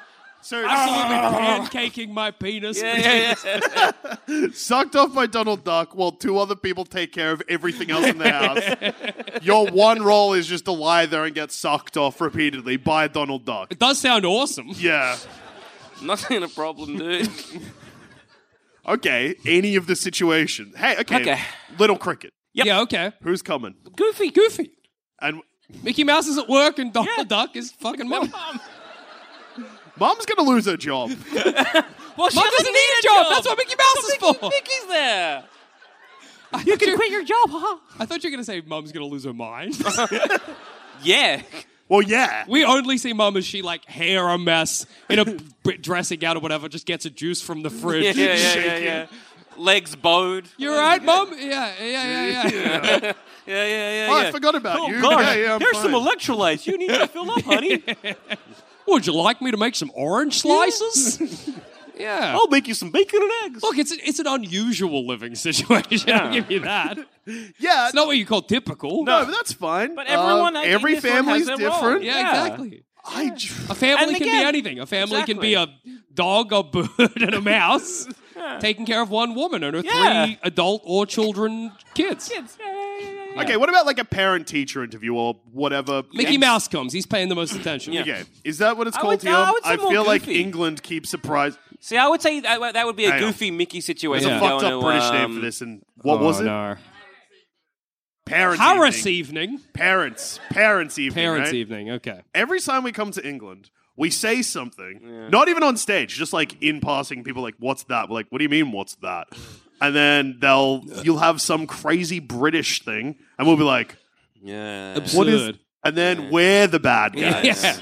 (laughs) so Absolutely pancaking my penis. yeah, yeah. sucked off by Donald Duck while two other people take care of everything else in the house. Your one role is just to lie there and get sucked off repeatedly by Donald Duck. It does sound awesome. Yeah. Nothing a problem, dude. Okay. Any of the situations. Hey, okay. Okay. Little cricket. Yeah, okay. Who's coming? Goofy, goofy. And Mickey Mouse is at work and Donald Duck is fucking mum. mom's going to lose her job. Well, she Mum doesn't need a job. That's what Mickey Mouse is for. Mickey's there. You can quit your job, huh? I thought you were going to say mum's going to lose her mind. (laughs) Yeah. (laughs) Well, yeah. we only see mum as she, like, hair a mess in a (laughs) b- dressing gown or whatever, just gets a juice from the Yeah, fridge. (laughs) yeah, yeah, yeah, yeah. Legs bowed. You all right, mum? Yeah, yeah, yeah, (laughs) yeah. Yeah, yeah, yeah. Oh, I yeah. forgot about you. Yeah, yeah, I'm there's some fine. electrolytes you need to fill up, (laughs) honey. Would you like me to make some orange (laughs) slices? yeah. I'll make you some bacon and eggs. Look, it's, it's an unusual living situation. (laughs) I'll give you that. yeah. It's not what you call typical. no, but that's fine. But everyone, Uh, I think every this one has family's their role. different. Yeah, Yeah. exactly. I j- A family And can again- be anything. A family can be a dog, a bird, (laughs) and a mouse taking care of one woman and her Yeah. three adult or children kids. Okay, what about like a parent teacher interview or whatever? Mickey Mouse comes. He's paying the most attention. Yeah. Okay, is that what it's I called would- here? I would say I more feel like goofy. England keeps surprise. See, I would say that, that would be a Hang on. goofy Mickey There's situation. a Yeah. fucked Going up to, British name um, for this, and what was it? Parents. Harris evening. evening. Parents. Parents evening. Parents right? evening. Okay. Every time we come to England, we say something. Not even on stage, just like in passing. People are like, "What's that?" We're like, "What do you mean, what's that?" And then they'll you'll have some crazy British thing, and we'll be like, Yeah. Absurd. "What is?" And then we're the bad yeah. (laughs) guys. Yeah.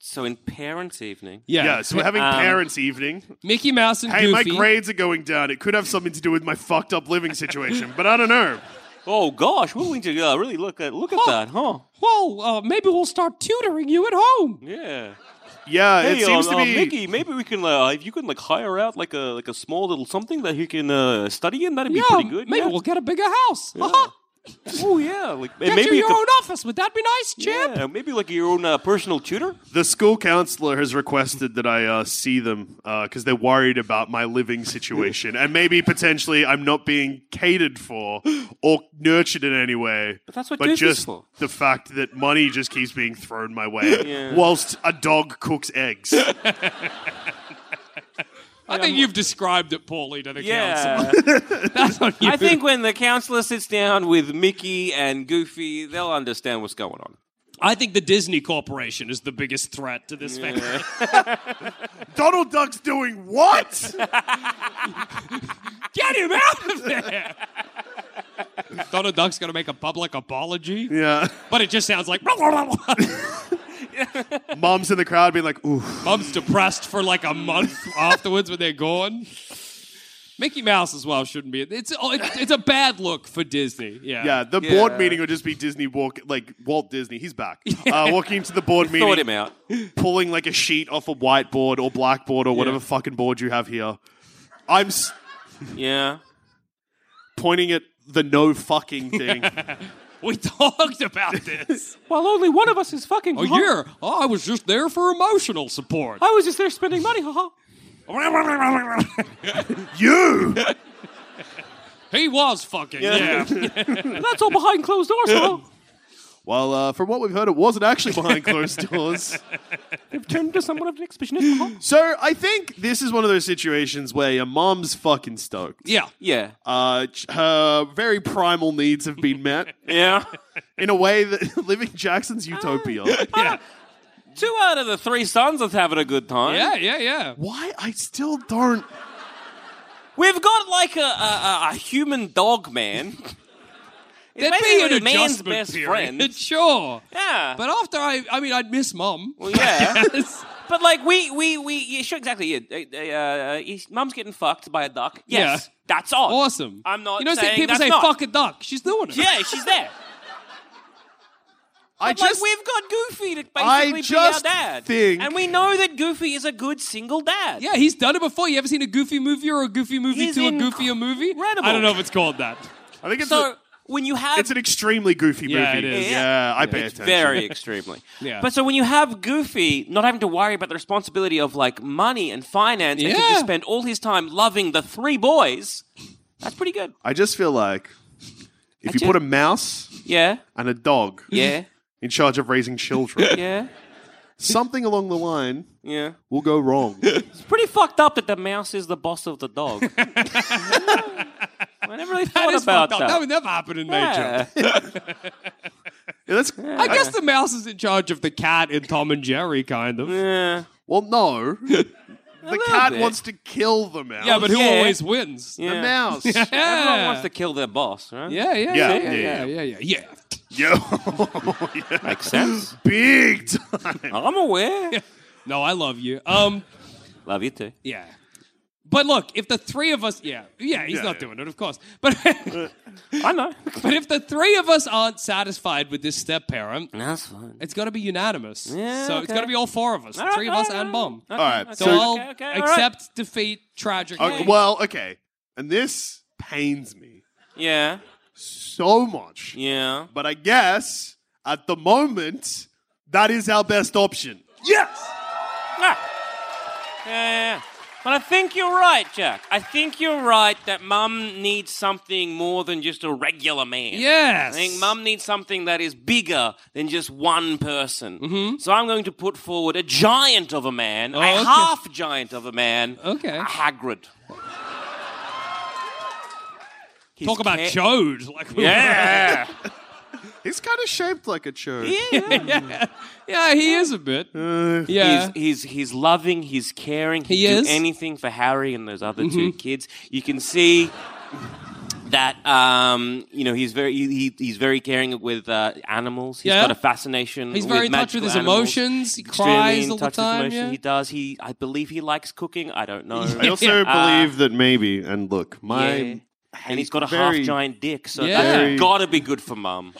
So in parents' evening, Yeah, so we're having Um, parents' evening. Mickey Mouse and Hey, my Goofy. grades are going down. It could have something to do with my fucked up living situation, but I don't know. oh gosh, we need to uh, really look at look at Huh. that, huh? well, uh, maybe we'll start tutoring you at home. Yeah. Yeah, Hey, it seems uh, to uh, be. Mickey. Maybe we can uh, if you can like hire out like a like a small little something that he can uh, study in. That'd be Yeah, pretty good. maybe yeah? we'll get a bigger house. Uh-huh. oh yeah, like and Get maybe you your could- own office. Would that be nice, champ? Yeah, maybe like your own uh, personal tutor. The school counselor has requested that I uh, see them because they're worried about my living situation and maybe potentially I'm not being catered for or nurtured in any way. But that's what Goofy's just for. the fact that money just keeps being thrown my way whilst a dog cooks (laughs) eggs. I think you've described it poorly to the council. (laughs) Yeah, That's on you. I think when the counselor sits down with Mickey and Goofy, they'll understand what's going on. I think the Disney Corporation is the biggest threat to this family. Donald Duck's doing what? Get him out of there! (laughs) Donald Duck's going to make a public apology, yeah. (laughs) but it just sounds like (laughs) Mom's in the crowd being like, ooh. Mom's depressed for like a month afterwards when they're gone. Mickey Mouse as well shouldn't be. It's oh, it's, it's a bad look for Disney. Yeah. Yeah, the Yeah. board meeting would just be Disney walk like Walt Disney. He's back. Uh, walking into the (laughs) board Thought him meeting, out. pulling like a sheet off a whiteboard or blackboard or whatever fucking board you have here. I'm s- Yeah. pointing at the no fucking thing. We (laughs) talked about this. Well, only one of us is fucking. oh, yeah. Oh, I was just there for emotional support. I was just there spending money. Haha. you. He was fucking. Yeah. yeah. That's all behind closed doors. Huh? Well, uh, from what we've heard, it wasn't actually behind closed doors. They've turned into somewhat of an exhibitionist. Huh? So I think this is one of those situations where your mom's fucking stoked. Yeah. Yeah. Uh, ch- her very primal needs have been met Yeah. in a way that (laughs) living Jackson's utopia. Yeah. (laughs) Two out of the three sons is having a good time. Yeah, yeah, yeah. Why I still don't. We've got like a, a, a, a human (laughs) dog man. It's There'd be basically an a man's adjustment best period. (laughs) friend. Sure. Yeah. But after I, I mean, I'd miss mum. (laughs) well, yeah. Yes. But like we we we yeah, sure exactly. Yeah, uh, uh, his mum's getting fucked by a duck. Yes, Yeah. that's odd. awesome. I'm not You know, see, (laughs) saying people that's say not. (laughs) fuck a duck. She's doing it. Yeah, she's there. I But, like, just we've got Goofy to I basically just be our dad, think- and we know that Goofy is a good single dad. Yeah, he's done it before. You ever seen a Goofy movie or a Goofy movie He's to a Goofier movie? incredible. I don't know if it's called (laughs) that. I think it's So um, a- when you have it's an extremely goofy Yeah, movie. it is. Yeah, I pay (laughs) attention. very extremely. Yeah. But so when you have Goofy not having to worry about the responsibility of like money and finance and can Yeah. just spend all his time loving the three boys, that's pretty good. I just feel like if you ju- put a mouse Yeah. and a dog Yeah. in charge of raising children, (laughs) Yeah. something along the line Yeah. will go (laughs) wrong. It's pretty fucked up that the mouse is the boss of the (laughs) dog. I never really thought is about fucked that. up. That would never happen in nature. Yeah. Yeah, that's- I guess the mouse is in charge of the cat in Tom and Jerry, kind of. Yeah, (laughs) Yeah. well, (laughs) no. The cat bit. wants to kill the mouse. but who Yeah. always wins? the (laughs) Yeah. mouse? Everyone wants to kill their boss, right? Yeah, yeah, Yeah, yeah, yeah, yeah, yeah, yeah, yeah, yeah. Yo, Makes (laughs) sense. big time. I'm aware. No, I love you. Um, Love you too. yeah. But look, if the three of us, yeah, yeah, he's Yeah, not yeah. doing it, of course. But (laughs) I know. but if the three of us aren't satisfied with this step parent, That's fine. it's got to be unanimous. Yeah, so it's okay. got to be all four of us, the All right, three of us all right, and all right. mom. All right. So, So, I'll okay, okay, all right. accept defeat tragically. okay, well, okay. And this pains me Yeah. so much. Yeah. But I guess at the moment, that is our best option. Yes. Ah. Yeah, yeah, yeah. But I think you're right, Jack. I think you're right that mum needs something more than just a regular man. Yes. I think mum needs something that is bigger than just one person. Mm-hmm. So I'm going to put forward a giant of a man, a Oh, okay. half giant of a man, Okay. a Hagrid. He's Talk about ca- Chode. Like, we Yeah. He's kind of shaped like a chode. yeah. (laughs) yeah, he is a bit. Uh, yeah. He's, he's he's loving, he's caring, he'd He do is. Mm-hmm. anything for Harry and those other two kids. You can see that um, you know he's very he, he- he's very caring with uh, animals. He's Yeah. got a fascination. He's with very in touch magical with his animals. emotions. He Extremely cries in all the touch with time, emotion. yeah. He does. He I believe he likes cooking. I don't (laughs) know. I also believe that maybe, and look, my. Yeah. And he's got a half very- giant dick, so Yeah. that's Very- gotta be good for mum.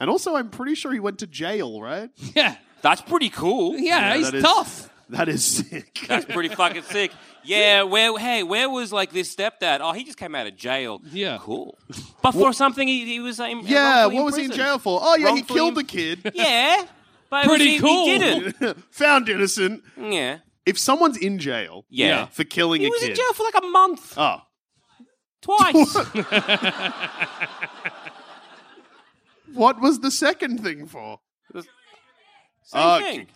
And also, I'm pretty sure he went to jail, right? (laughs) yeah. That's pretty cool. Yeah, that he's is- tough. That is sick. That's pretty fucking sick. Yeah, where hey, where was like this stepdad? Oh, he just came out of jail. Yeah. (laughs) cool. But for something he, he was um, (laughs) yeah, wrongfully what was he in imprisoned. jail for? Oh, yeah, he Wrongfully killed im- a kid. Yeah, but Pretty he, cool. (laughs) He didn't. Found innocent. Yeah, If someone's in jail (laughs) yeah. Yeah. for killing He a was kid. in jail for like a month, Oh. (laughs) twice. What was the second thing for? Same Uh, thing.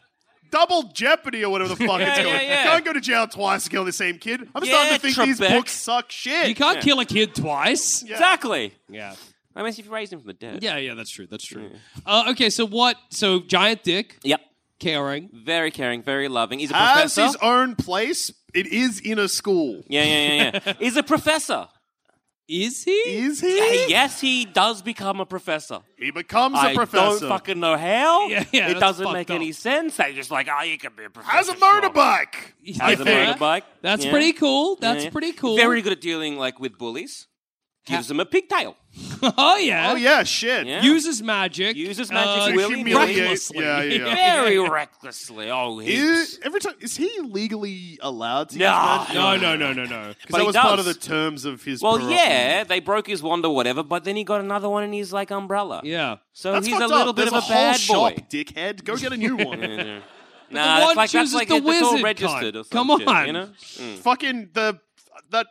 Double jeopardy or (laughs) whatever the fuck Yeah, it's called. yeah, yeah. Can't go to jail twice to kill the same kid. I'm Yeah, starting to think these Trebek. books suck shit. You can't kill a kid twice. Exactly. Yeah. Unless if you raised him from the dead. Yeah, yeah, that's true. That's true. Uh, okay, so what? So giant dick, Yep. caring. Very caring, very loving. He's a Has professor. his own place. It is in a school. yeah, yeah, yeah, (laughs) yeah. He's a professor. Is he? Is he? yes, he does become a professor. He becomes I a professor. don't fucking know how. Yeah, yeah, it that's doesn't fucked make any up. sense. They're just like, oh, you could be a professor. Has a sure. motorbike. I Has a think. motorbike. That's Yeah. pretty cool. Yeah, That's yeah. pretty cool. (laughs) Very good at dealing like with bullies. Gives them (laughs) a pigtail. oh yeah. Oh yeah, shit. Yeah. (laughs) Uses magic. Uses magic uh, To willy-nilly. humiliate- recklessly. (laughs) Yeah, yeah. yeah. Very recklessly. Oh, (laughs) he's Is, every time is he legally allowed to? No. No, no, no, no, no. But because that he was part of the does. terms of his. Well, parole. yeah, they broke his wand or whatever, but then he got another one in his like umbrella. Yeah. So That's he's a fucked little up. bit There's of a, whole bad shop, boy. (laughs) dickhead. Go get a new one. Nah, wand that's like that's chooses like the it- it's all wizard registered. Or kind. some Come shit, on. (laughs) you know. Fucking the that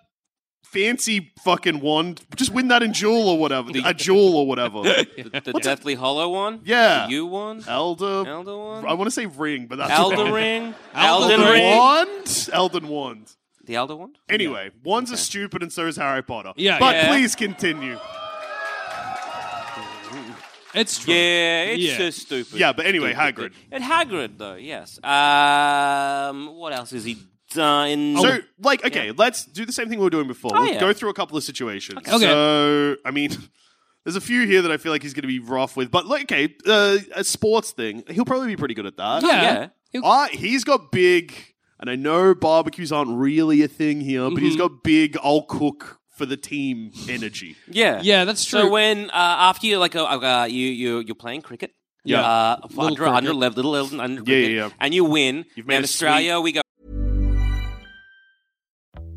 fancy fucking wand. Just win that in jewel or (laughs) whatever. a jewel or whatever. The, the Deathly Hollow one. Yeah. The U one. Elder. Elder I one. want to say ring, but that's Elder wrong. ring. Elden Elden Elden ring. wand. Elden wand. The elder one. Anyway, wands are stupid, and so is Harry Potter. Yeah, but yeah. please continue. It's true. Yeah, it's Yeah. just stupid. Yeah, but anyway, Stupid. Hagrid. And Hagrid, though, yes. Um, what else is he done? Oh. So, like, okay, let's do the same thing we were doing before. Oh, we'll yeah. go through a couple of situations. Okay. So, I mean, (laughs) there's a few here that I feel like he's going to be rough with, but like, okay, uh, a sports thing, he'll probably be pretty good at Oh, that. Yeah. Uh, he's got big, and I know barbecues aren't really a thing here, but Mm-hmm. he's got big, I'll cook for the team energy. yeah, Yeah, that's So true. when uh, after you like uh, uh, you you you're playing cricket Yeah. Uh, Little under, cricket. under, lev- little, little under Yeah, yeah, cricket, yeah. And you win. You've made and a Australia, we go.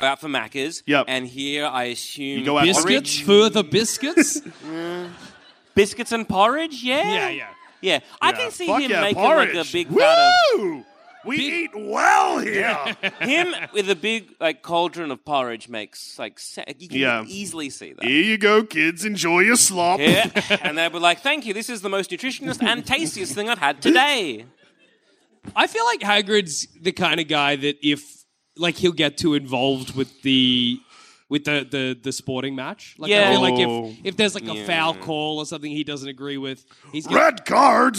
go out for Macca's. Yep. And here I assume You go out- Biscuits? Orange? Further biscuits? (laughs) biscuits and porridge. Yeah. yeah, yeah. Yeah. I Yeah. can see Fuck him yeah, making like porridge. a big Woo! fat of We eat well here. him with a big like cauldron of porridge makes like se- you can Yeah. easily see (laughs) that. here you go, kids. Enjoy your slop. Yeah. and they were like, "Thank you. This is the most nutritionist and tastiest thing I've had today." I feel like Hagrid's the kind of guy that if like he'll get too involved with the with the the, the sporting match. Like I Yeah. feel like Oh. if if there's like a foul call or something he doesn't agree with, he's gonna, Red (laughs) card.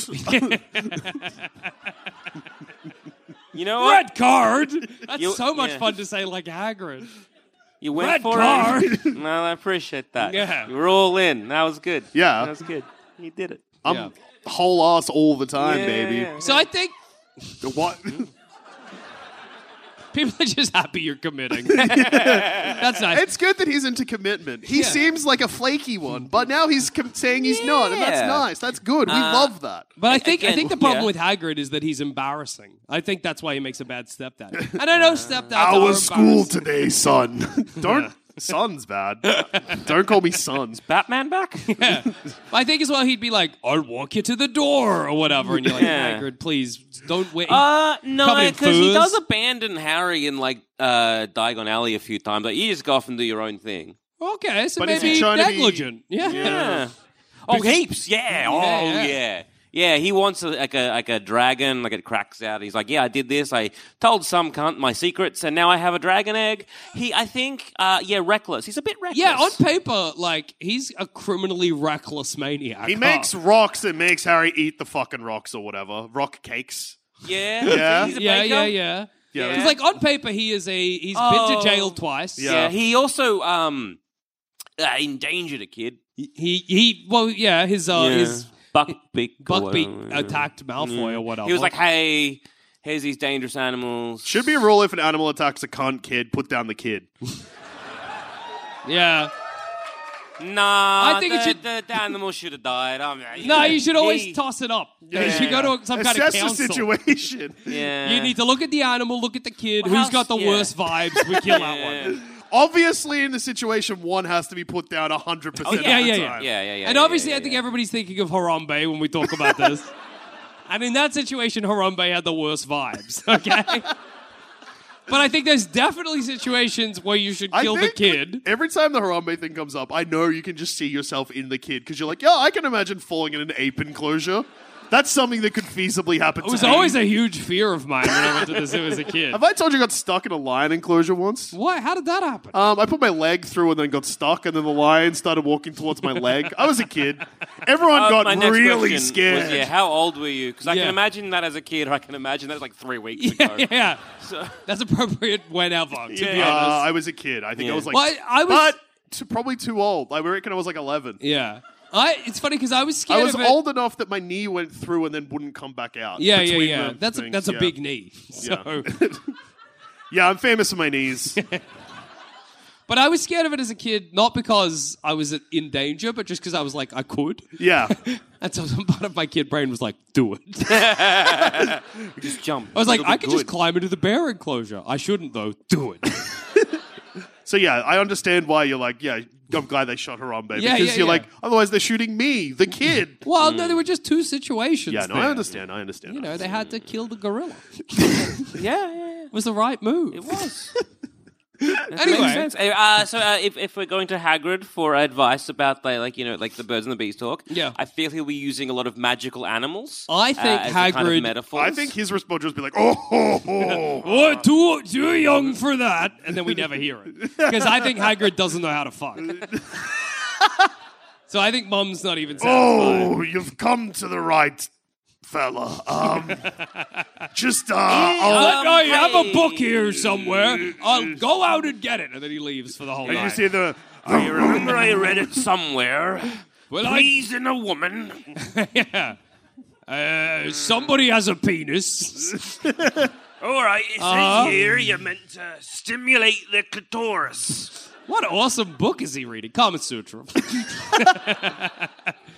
You know what? red (laughs) card. That's You- so much yeah. fun to say like Hagrid. You went Red for (laughs) card. it. no, I appreciate that. Yeah. You were all in. That was good. Yeah. That was good. You did it. I'm Yeah. whole ass all the time, Yeah, baby. yeah, yeah. So I think What? people are just happy you're committing. (laughs) That's nice. it's good that he's into commitment. He Yeah. seems like a flaky one, but now he's com- saying he's not, and that's Yeah. Uh, nice. That's good. We love that. But I think I Again, think the problem yeah. with Hagrid is that he's embarrassing. I think that's why he makes a bad stepdad. And I know stepdads are Our school embarrassing. today, son. (laughs) (laughs) Don't. Son's bad. Don't call me son. Batman back? (laughs) Yeah. But I think as well he'd be like, I'll walk you to the door or whatever. And you're like, Yeah. Hagrid, please don't wait. Uh, no, Covered in because furs. he does abandon Harry in like uh, Diagon Alley a few times. Like you just go off and do your own thing. okay, so But is he maybe trying to be- negligent. Yeah. Yeah. Oh, heaps. Yeah. Oh, yeah. yeah. yeah. he wants a, like a like a dragon, like it cracks out. He's like, yeah, I did this. I told some cunt my secrets, and now I have a dragon egg. He, I think, uh, yeah, reckless. He's a bit reckless. Yeah, on paper, like he's a criminally reckless maniac. He makes rocks and makes Harry eat the fucking rocks or whatever. Rock cakes. yeah, Yeah. He's a Yeah, baker. yeah, yeah. Yeah. Because like on paper, he is a he's been Oh. to jail twice. Yeah. Yeah, he also um uh, endangered a kid. He he well yeah his uh Yeah. his Buckbeak. or Buckbeak whatever. attacked Malfoy or whatever. Mm. He was like, "Hey, here's these dangerous animals." Should be a rule if an animal attacks a cunt kid, put down the kid. yeah. Nah, I think the, it should- The, the animal should have died. I'm, No, you should always He- toss it up. you should go to some kind Assess of the council. situation. (laughs) Yeah. You need to look at the animal, look at the kid. Well, Who's got how's- the yeah. worst vibes? We kill that one. (laughs) Obviously, in the situation, one has to be put down 100% of the yeah, yeah, time. Oh, Yeah, yeah, yeah. and yeah, obviously, yeah, I think yeah. everybody's thinking of Harambe when we talk about this. (laughs) and in that situation, Harambe had the worst vibes, (laughs) okay? but I think there's definitely situations where you should I kill the think kid. Every time the Harambe thing comes up, I know you can just see yourself in the kid because you're like, yeah, I can imagine falling in an ape enclosure. That's something that could feasibly happen It to was me. always a huge fear of mine when I went to the zoo as a kid. Have I told you I got stuck in a lion enclosure once? What? How did that happen? Um, I put my leg through and then got stuck, and then the lion started walking towards my leg. I was a (laughs) kid. Everyone Uh, my got next really question was, scared. yeah, how old were you? Because I Yeah. can imagine that as a kid. I can imagine that was like three weeks (laughs) ago. yeah, yeah. That's appropriate whenever, to be Yeah. Uh, honest. I was a kid. I think I was like, Well, I- I was- but t- probably too old. I reckon I was like eleven. Yeah. I, it's funny because I was scared I was of it. old enough that my knee went through and then wouldn't come back out. yeah, yeah, between yeah. the That's a, things, that's yeah. a big knee. (laughs) So, Yeah, I'm famous for (laughs) my knees. but I was scared of it as a kid, not because I was in danger, but just because I was like, I could. (laughs) yeah. And so (laughs) some part of my kid brain was like, do (laughs) it. Just jump. I was like, I could just climb into the bear enclosure. I shouldn't though. Do (laughs) it. So yeah, I understand why you're like, yeah, I'm glad they shot Harambe Yeah, because yeah, you're yeah. like, otherwise they're shooting me, the kid. (laughs) Well, no, there were just two situations. Mm. yeah, no, there. I understand. I understand. You know, they had to kill the gorilla. yeah, yeah, yeah. It was the right move. It (laughs) (laughs) was. Makes Anyway, sense. Uh, uh, so uh, if, if we're going to Hagrid for advice about like, like you know like the birds and the bees talk, Yeah. I feel he'll be using a lot of magical animals. uh, I think as the kind of Hagrid- metaphors. I think his response was be like, oh, ho, ho. (laughs) oh, too too young for that, and then we never hear it (laughs) because I think Hagrid doesn't know how to fuck. so I think Mum's not even. Satisfied. oh, you've come to the right fella. (laughs) Um, just uh, I'll- Look, I have a Um, hey. book here somewhere. I'll go out and get it, and then he leaves for the whole and you night. see the. I remember I read it (laughs) somewhere. Well, I- Please in a woman. yeah. Uh, somebody has a penis. All right, it says here you're meant to stimulate the clitoris. What awesome book is he reading? Kama (laughs) Sutra.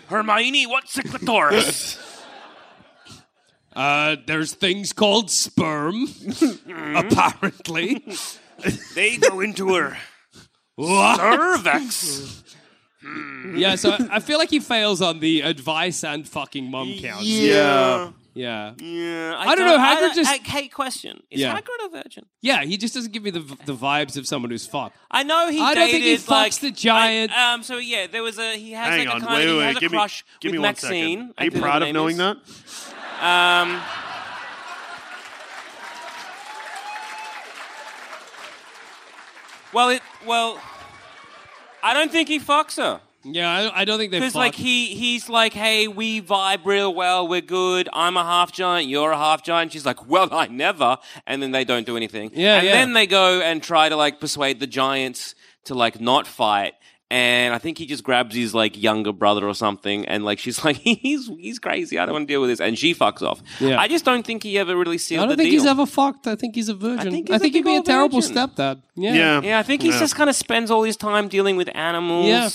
Hermione, what's a (laughs) clitoris? Uh, there's things called (laughs) sperm, Mm-hmm. apparently. they go into her What? cervix. (laughs) yeah, so I, I feel like he fails on the advice and fucking mum count. Yeah. Yeah. yeah. I, don't know, Hagrid just- I, hey, question. Is Yeah. Hagrid a virgin? he just doesn't give me the, the vibes of someone who's fucked. I know he. I don't think he dated, like, fucks the giant. I- um. So yeah, there was a. He has Hang like on, a kind. wait, he wait, has a give me, crush give me with one second. Maxine. I Are you think proud her of name knowing is. that? Um. Well, it well. I don't think he fucks her Yeah, I, I don't think they fuck. because like he he's like, hey, we vibe real well, we're good. I'm a half giant, you're a half giant. She's like, well, I never. And then they don't do anything. Yeah, And yeah. then they go and try to like persuade the giants to like not fight. And I think he just grabs his like younger brother or something, and like she's (laughs) like, he's he's crazy. I don't want to deal with this, and she fucks off. Yeah. I just don't think he ever really I sealed don't the think deal. he's ever fucked. I think he's a virgin. I think, think he's a he'd big be a old terrible virgin. stepdad. Yeah. Yeah. Yeah, I think he just kind of spends all his time dealing with animals. Yeah.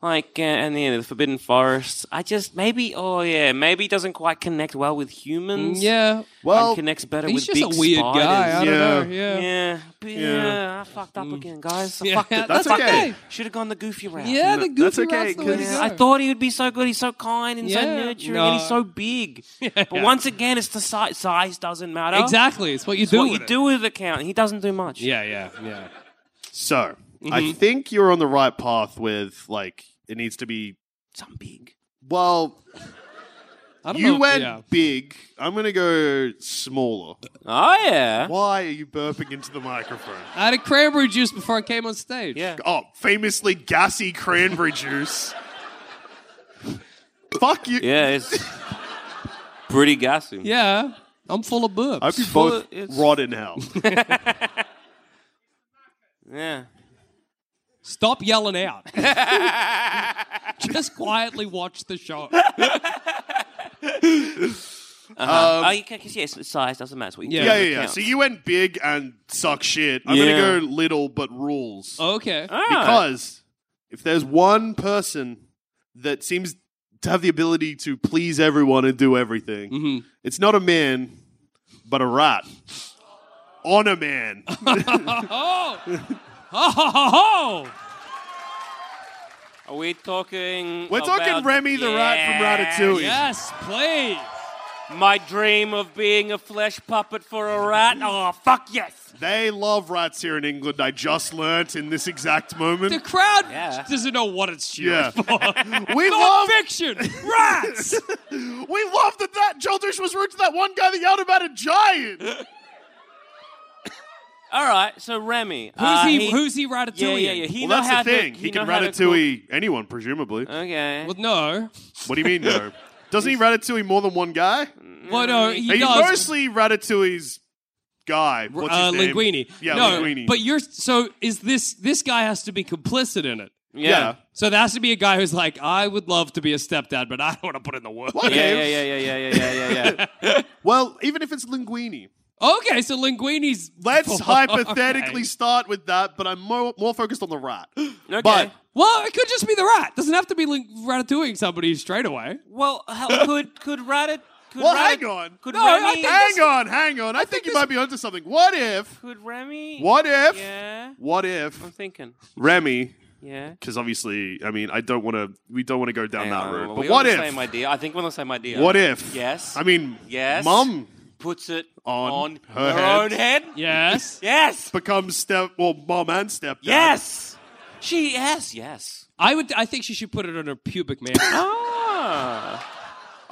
Like, uh, and yeah, the Forbidden Forests. I just, maybe, oh yeah, maybe he doesn't quite connect well with humans. Yeah. Well, connects better He's with just big a weird spiders. guy. I don't Yeah. know. Yeah. yeah. (laughs) Yeah. Mm. Yeah. But yeah. I fucked up again, guys. I fucked it. that's That's okay. okay. Should have gone the goofy route. Yeah, the goofy That's that's okay, the way to 'cause- go. I thought he would be so good. He's so kind and so Yeah. nurturing, No. and he's (laughs) so big. But once again, it's the size. Size doesn't matter. exactly. It's what you It's do. what with you it. do with the count. He doesn't do much. Yeah, yeah, yeah. So I Mm-hmm. think you're on the right path with like it needs to be. Some big. Well, I don't you know, went yeah. big. I'm gonna go smaller. Oh yeah. Why are you burping into the microphone? I had a cranberry juice before I came on stage. Yeah. Oh, famously gassy cranberry (laughs) juice. Fuck you. Yeah, it's pretty gassy. Yeah. I'm full of burps. I hope you full both of- it's- rot in (laughs) hell. Yeah. Stop yelling (laughs) out. (laughs) Just quietly watch the show. Uh-huh. oh, because yes, the size doesn't matter. It's What you Yeah. do Um, yeah, that yeah, yeah. counts. So you went big and suck shit. I'm Yeah. gonna go little but rules. Okay. Because if there's one person that seems to have the ability to please everyone and do everything, Mm-hmm. it's not a man, but a rat. On a (laughs) man. Oh, ho, ho, ho. Are we talking? We're talking about- Remy the rat from Ratatouille. Yes, please. My dream of being a flesh puppet for a (laughs) rat. Oh fuck yes! They love rats here in England, I just learnt in this exact The moment. crowd Yeah. doesn't know what it's cheering Yeah. for. (laughs) We love Non-fiction. Rats. (laughs) we love that, that Joel Dush was rude to that one guy that yelled about a giant. All right, so Remy. Who's who's he, Who's he Ratatouille? Uh, Yeah, yeah, yeah. He Well, know how that's the thing. To, he know can how to ratatouille anyone, presumably. cook. Okay. Well, no. What do you mean, (laughs) though? Doesn't he ratatouille more than one guy? Well, Mm. no, he He's does. mostly Ratatouille's guy. What's uh, his name? Linguini. Yeah, no, Linguini. But you're so is this this guy has to be complicit in it Yeah. So there has to be a guy who's like, I would love to be a stepdad, but I don't want to put in the work. What Yeah, if- yeah, yeah, yeah, yeah, yeah, yeah, yeah, yeah. Well, even if it's linguini. Okay, so Linguini's. (laughs) (laughs) Let's Okay. hypothetically start with that, but I'm more, more focused on the rat. (gasps) Okay. But Well, it could just be the rat. Doesn't have to be Ling- ratatouille somebody straight away. (laughs) well, how, could could Ratat? Could Well, Ratat, hang on. Could No, I Remy? think hang on, hang on. I, think, you might be onto something. What if? could Remy? What if? Yeah. What if I'm thinking. Remy? Yeah. Because obviously, I mean, I don't want to. We don't want to go down Hang that on, route. well, But uh, we what got if? the Same idea. I think we're on the same idea. What if? Yes. I mean, Yes. Mum puts it On on, her her, head. own head. Yes. Yes. becomes step. Well, mum and stepdad. Yes. She. Yes. Yes. (laughs) I would. I think she should put it on her pubic man. Ah.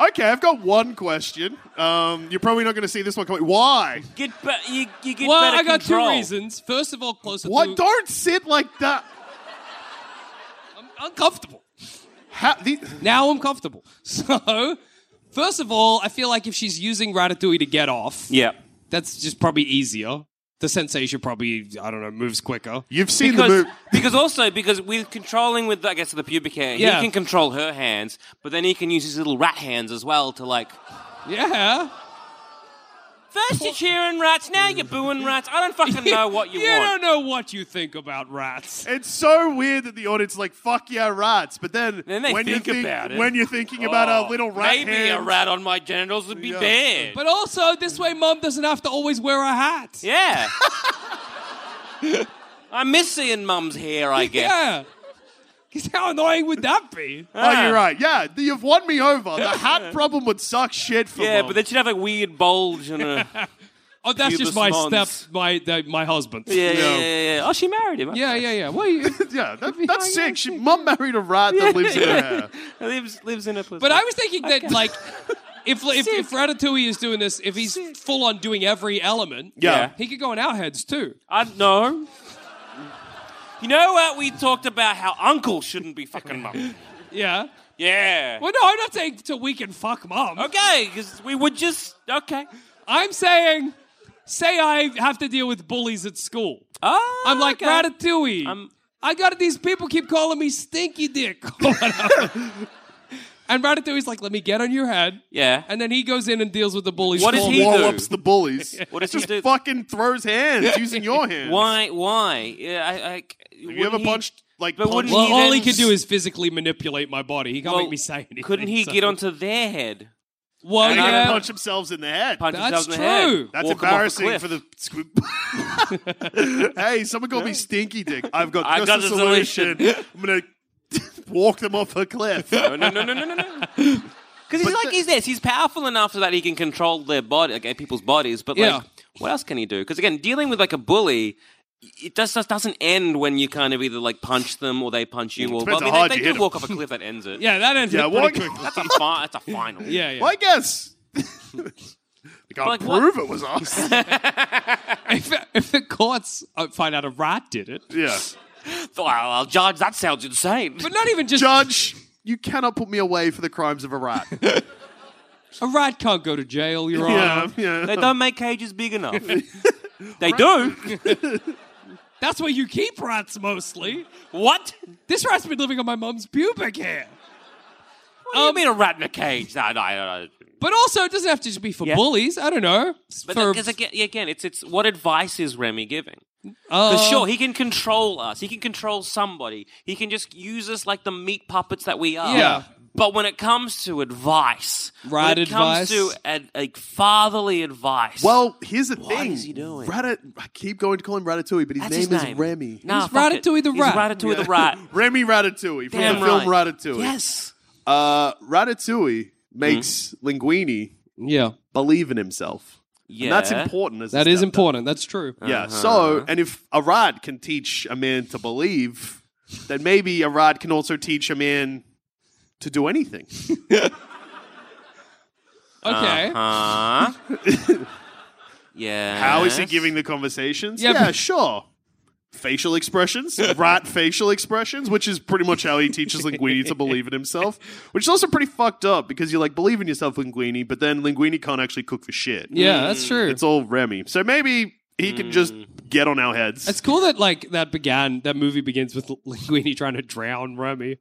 Okay, I've got one question. Um, you're probably not going to see this one coming. Why? Get be- you, you get well, better I got control. two reasons. First of all, closer What? to Don't sit like that. I'm uncomfortable. Ha- the- Now I'm comfortable. (laughs) So, first of all, I feel like if she's using ratatouille to get off, Yeah. that's just probably easier. The sensation probably, I don't know, moves quicker. you've seen the Because, movie. because also because with controlling with I guess the pubic hair, Yeah. he can control her hands, but then he can use his little rat hands as well to like Yeah. first you're cheering rats, now you're booing rats. I don't (laughs) fucking know what (laughs) you, you don't want. know what you think about rats. It's so weird that the audience is like, "Fuck yeah, rats," but then, Then they when think you think about it. when you're thinking about a Oh, little rat, Maybe a hands- rat on my genitals would be bad. But also, this way, mom doesn't have to always wear a hat. (laughs) yeah. I miss seeing mum's hair, I guess. Yeah. 'Cause how annoying would that be? Oh, you're right. Yeah, th- you've won me over. The (laughs) hat problem would suck shit for Yeah, mum. but then she'd have a weird bulge (laughs) and a Oh, that's Pubis just my mons. step, my the, my husband. yeah, yeah, yeah, yeah. Oh, she married him. yeah, yeah. yeah. What are you? yeah, that, that's sick. She, mum married a rat that lives in (laughs) her hair. lives lives in a pussy. But I was thinking that like. If, if, if Ratatouille is doing this, if he's full on doing every element, Yeah. he could go in our heads too. I know. You know what? We talked about how uncle shouldn't be fucking (laughs) mum. Yeah. Yeah. Well, no, I'm not saying till we can fuck mom. Okay, because we would just okay. I'm saying, say I have to deal with bullies at school. Oh, I'm like okay. Ratatouille. I'm- I got these people keep calling me Stinky Dick. (laughs) and Ratatouille's like, let me get on your head. Yeah. And then he goes in and deals with the bullies. What does for he me. do? Wallops the bullies. What does he Just do? fucking throws hands using your hands. Why? Why? Yeah, I. I Have you ever punched like? but punched- wouldn't Well, He all then he can do s- is physically manipulate my body. He can't well, make me say anything. Couldn't he so- get onto their head? Well, They And I yeah. gotta punch themselves in the head. Punch That's themselves in the head, true. That's walk 'em off a embarrassing cliff. for the. squib- (laughs) hey, someone called me Stinky Dick. I've got I've just got a the solution. solution. (laughs) I'm gonna walk them off a (laughs) cliff. No, no, no, no, no, (laughs) no, no. Because he's But like the- he's this. He's powerful enough so that he can control their body, okay, people's bodies. But like, Yeah. what else can he do? Because again, dealing with like a bully, it just, just doesn't end when you kind of either like punch them or they punch you. Or Depends well, I mean, how hard they, you they hit do 'em. walk off a cliff. That ends (laughs) it. yeah, that ends Yeah, it pretty walk- quickly. that's a fi- That's a final. (laughs) Yeah, yeah. Well, I guess. (laughs) I can't Like what? prove it was us. (laughs) If, if the courts uh, find out a rat did it, yeah. Well, I'll judge. That sounds insane. but not even just Judge, you cannot put me away for the crimes of a (laughs) rat. a rat can't go to jail. Your Honor. yeah. (laughs) they don't make cages (laughs) big enough. they do. That's where you keep rats mostly. What? This rat's been living on my mum's pubic hair. Um, I mean, a rat in a cage. No, no, no. no. But also, it doesn't have to just be for Yeah. bullies. I don't know. It's But for, because again, again, it's it's what advice is Remy giving? uh, For sure, he can control us. He can control somebody. He can just use us like the meat puppets that we are. Yeah. But when it comes to advice, Right when it advice. comes to ad, like fatherly (laughs) advice. Well, here's the thing. is he doing? Ratat- I keep going to call him Ratatouille, but his, that's name, his is Remy. Nah, He's fuck it. Ratatouille the He's rat. Ratatouille the (laughs) rat. Remy Ratatouille from Damn the film right. Ratatouille. Yes. Uh, Ratatouille makes Linguini yeah, believe in himself. Yeah. And that's important. As a that is stepdad. important. That's true. Yeah. So, and if a rat can teach a man to believe, then maybe a rat can also teach a man to do anything. Uh-huh. Okay. Huh? (laughs) yeah. How is he giving the conversations? Yeah, Yeah, but- sure. Facial expressions, rat facial expressions, which is pretty much how he teaches Linguini to believe in himself, which is also pretty fucked up because you like believe in yourself, Linguini, Mm, but then Linguini can't actually cook for shit. Yeah, that's true. Hmm. It's all Remy. So maybe he can just get on our heads. It's cool that like that began. That movie begins with (laughs) Linguini trying to drown Remy.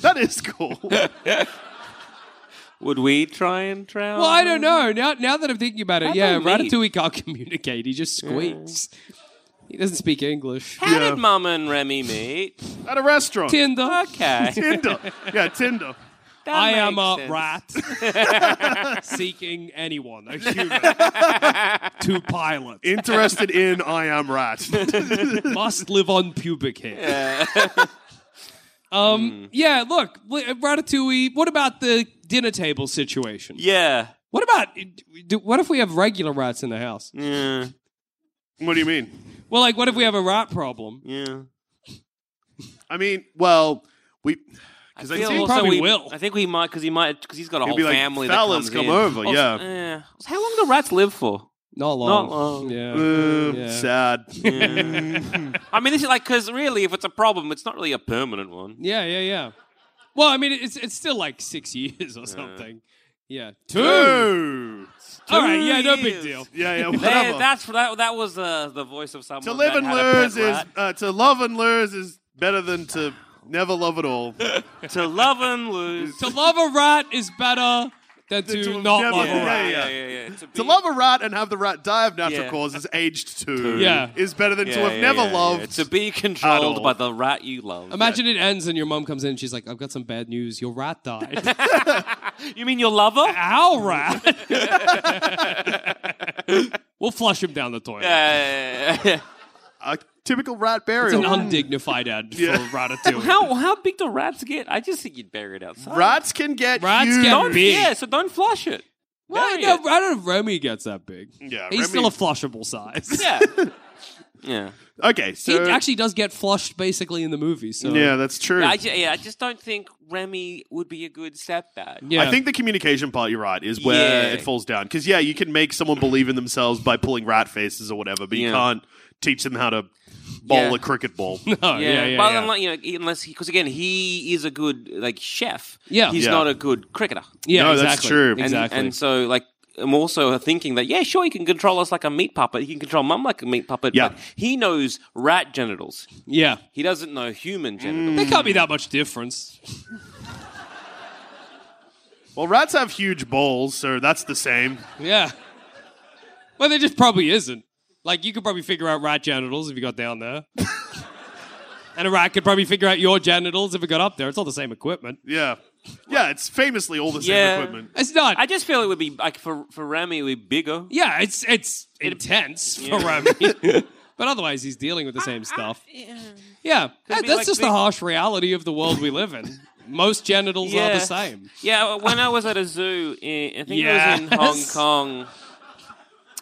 that is (laughs) cool. Would we try and drown? Well, I don't Um, know. Now, now that I'm thinking about it, How yeah, about me? Ratatouille can't (laughs) communicate. He just squeaks. He doesn't speak English. How did Mum and Remy meet? At a restaurant. Tinder. (laughs) Okay. Tinder. Yeah, Tinder. That I am makes a sense. rat (laughs) seeking anyone, a human, to pilot. Interested in I (laughs) Am Rat. Must live on pubic hair. (laughs) um, Yeah, look, li- uh, Ratatouille, what about the dinner table situation? Yeah. What about, do- what if we have regular rats in the house? Yeah. what do you mean? Well, like, what if we have a rat problem? Yeah. I mean, well, we because I, feel think also probably we, will. I think we might because he might because he's got a He'd whole be like, family. "Fellas, that come comes in." over, Also- yeah. yeah. Also, How long do rats live for? Not long. Not long. Yeah. uh, Mm, yeah. (laughs) sad. I mean, this is like because really, if it's a problem, it's not really a permanent one. Yeah, yeah, yeah. Well, I mean, it's it's still like six (laughs) years or something. Yeah, two. Ooh. All right, yeah, no big years. deal. (laughs) Yeah, yeah, There- whatever. that's that, that was uh, the the voice of someone. to live that and had a pet lose is rat. uh, to love and lose is better than to never love at all. to love and lose. To love a rat is better than to, to not never- love a (laughs) yeah, rat. yeah, yeah. yeah, yeah. To, (laughs) be, to love a rat and have the rat die of natural Yeah. causes, aged two, Yeah. is better than to yeah, have yeah, never yeah, loved. yeah. To be all. controlled by the rat you love. Imagine it ends and your mom comes in and she's like, "I've got some bad news. Your rat died. (laughs) You mean your lover? Our rat. (laughs) we'll flush him down the toilet. Uh, a typical rat It's burial. an undignified ad for Yeah. Ratatouille. how how big do rats get? I just think you'd bury it outside. Rats can get Rats huge. get Don't, big. yeah, so don't flush it. Well, Bury no, it. I don't know if Remy gets that big. Yeah, He's Remy- still a flushable size. (laughs) Yeah. yeah. Okay, (laughs) so he actually does get flushed basically in the movie. So yeah, that's true. I, ju- yeah, I just don't think Remy would be a good stepdad. Yeah. I think the communication part you're right is where Yeah. it falls down because yeah, you can make someone believe in themselves by pulling rat faces or whatever, but you Yeah. can't teach them how to bowl Yeah. a cricket ball. Oh, yeah, yeah, but yeah. unless you know, unless because again, he is a good like chef. Yeah. he's Yeah. not a good cricketer. Yeah, No, exactly. that's true. And- Exactly. And, so like. I'm also thinking that yeah, sure, he can control us like a meat puppet. He can control mum like a meat puppet. Yeah. but he knows rat genitals. yeah. He doesn't know human genitals. There can't be that much difference. Well, rats have huge balls, so that's the same. Yeah. Well, there just probably isn't. Like, you could probably figure out rat genitals if you got down (laughs) there. and a rat could probably figure out your genitals if it got up there. It's all the same equipment. Yeah, yeah, it's famously all the same Yeah. equipment. It's not. I just feel it would be like for for Remy, it would be bigger. yeah, it's it's (laughs) intense for Remy. but otherwise, he's dealing with the same stuff. Yeah, that- be that's like just the big- harsh reality of the world we live in. Most genitals are the Yeah. same. Yeah, when I was at a zoo, in, I think it was in Yes. Hong Kong,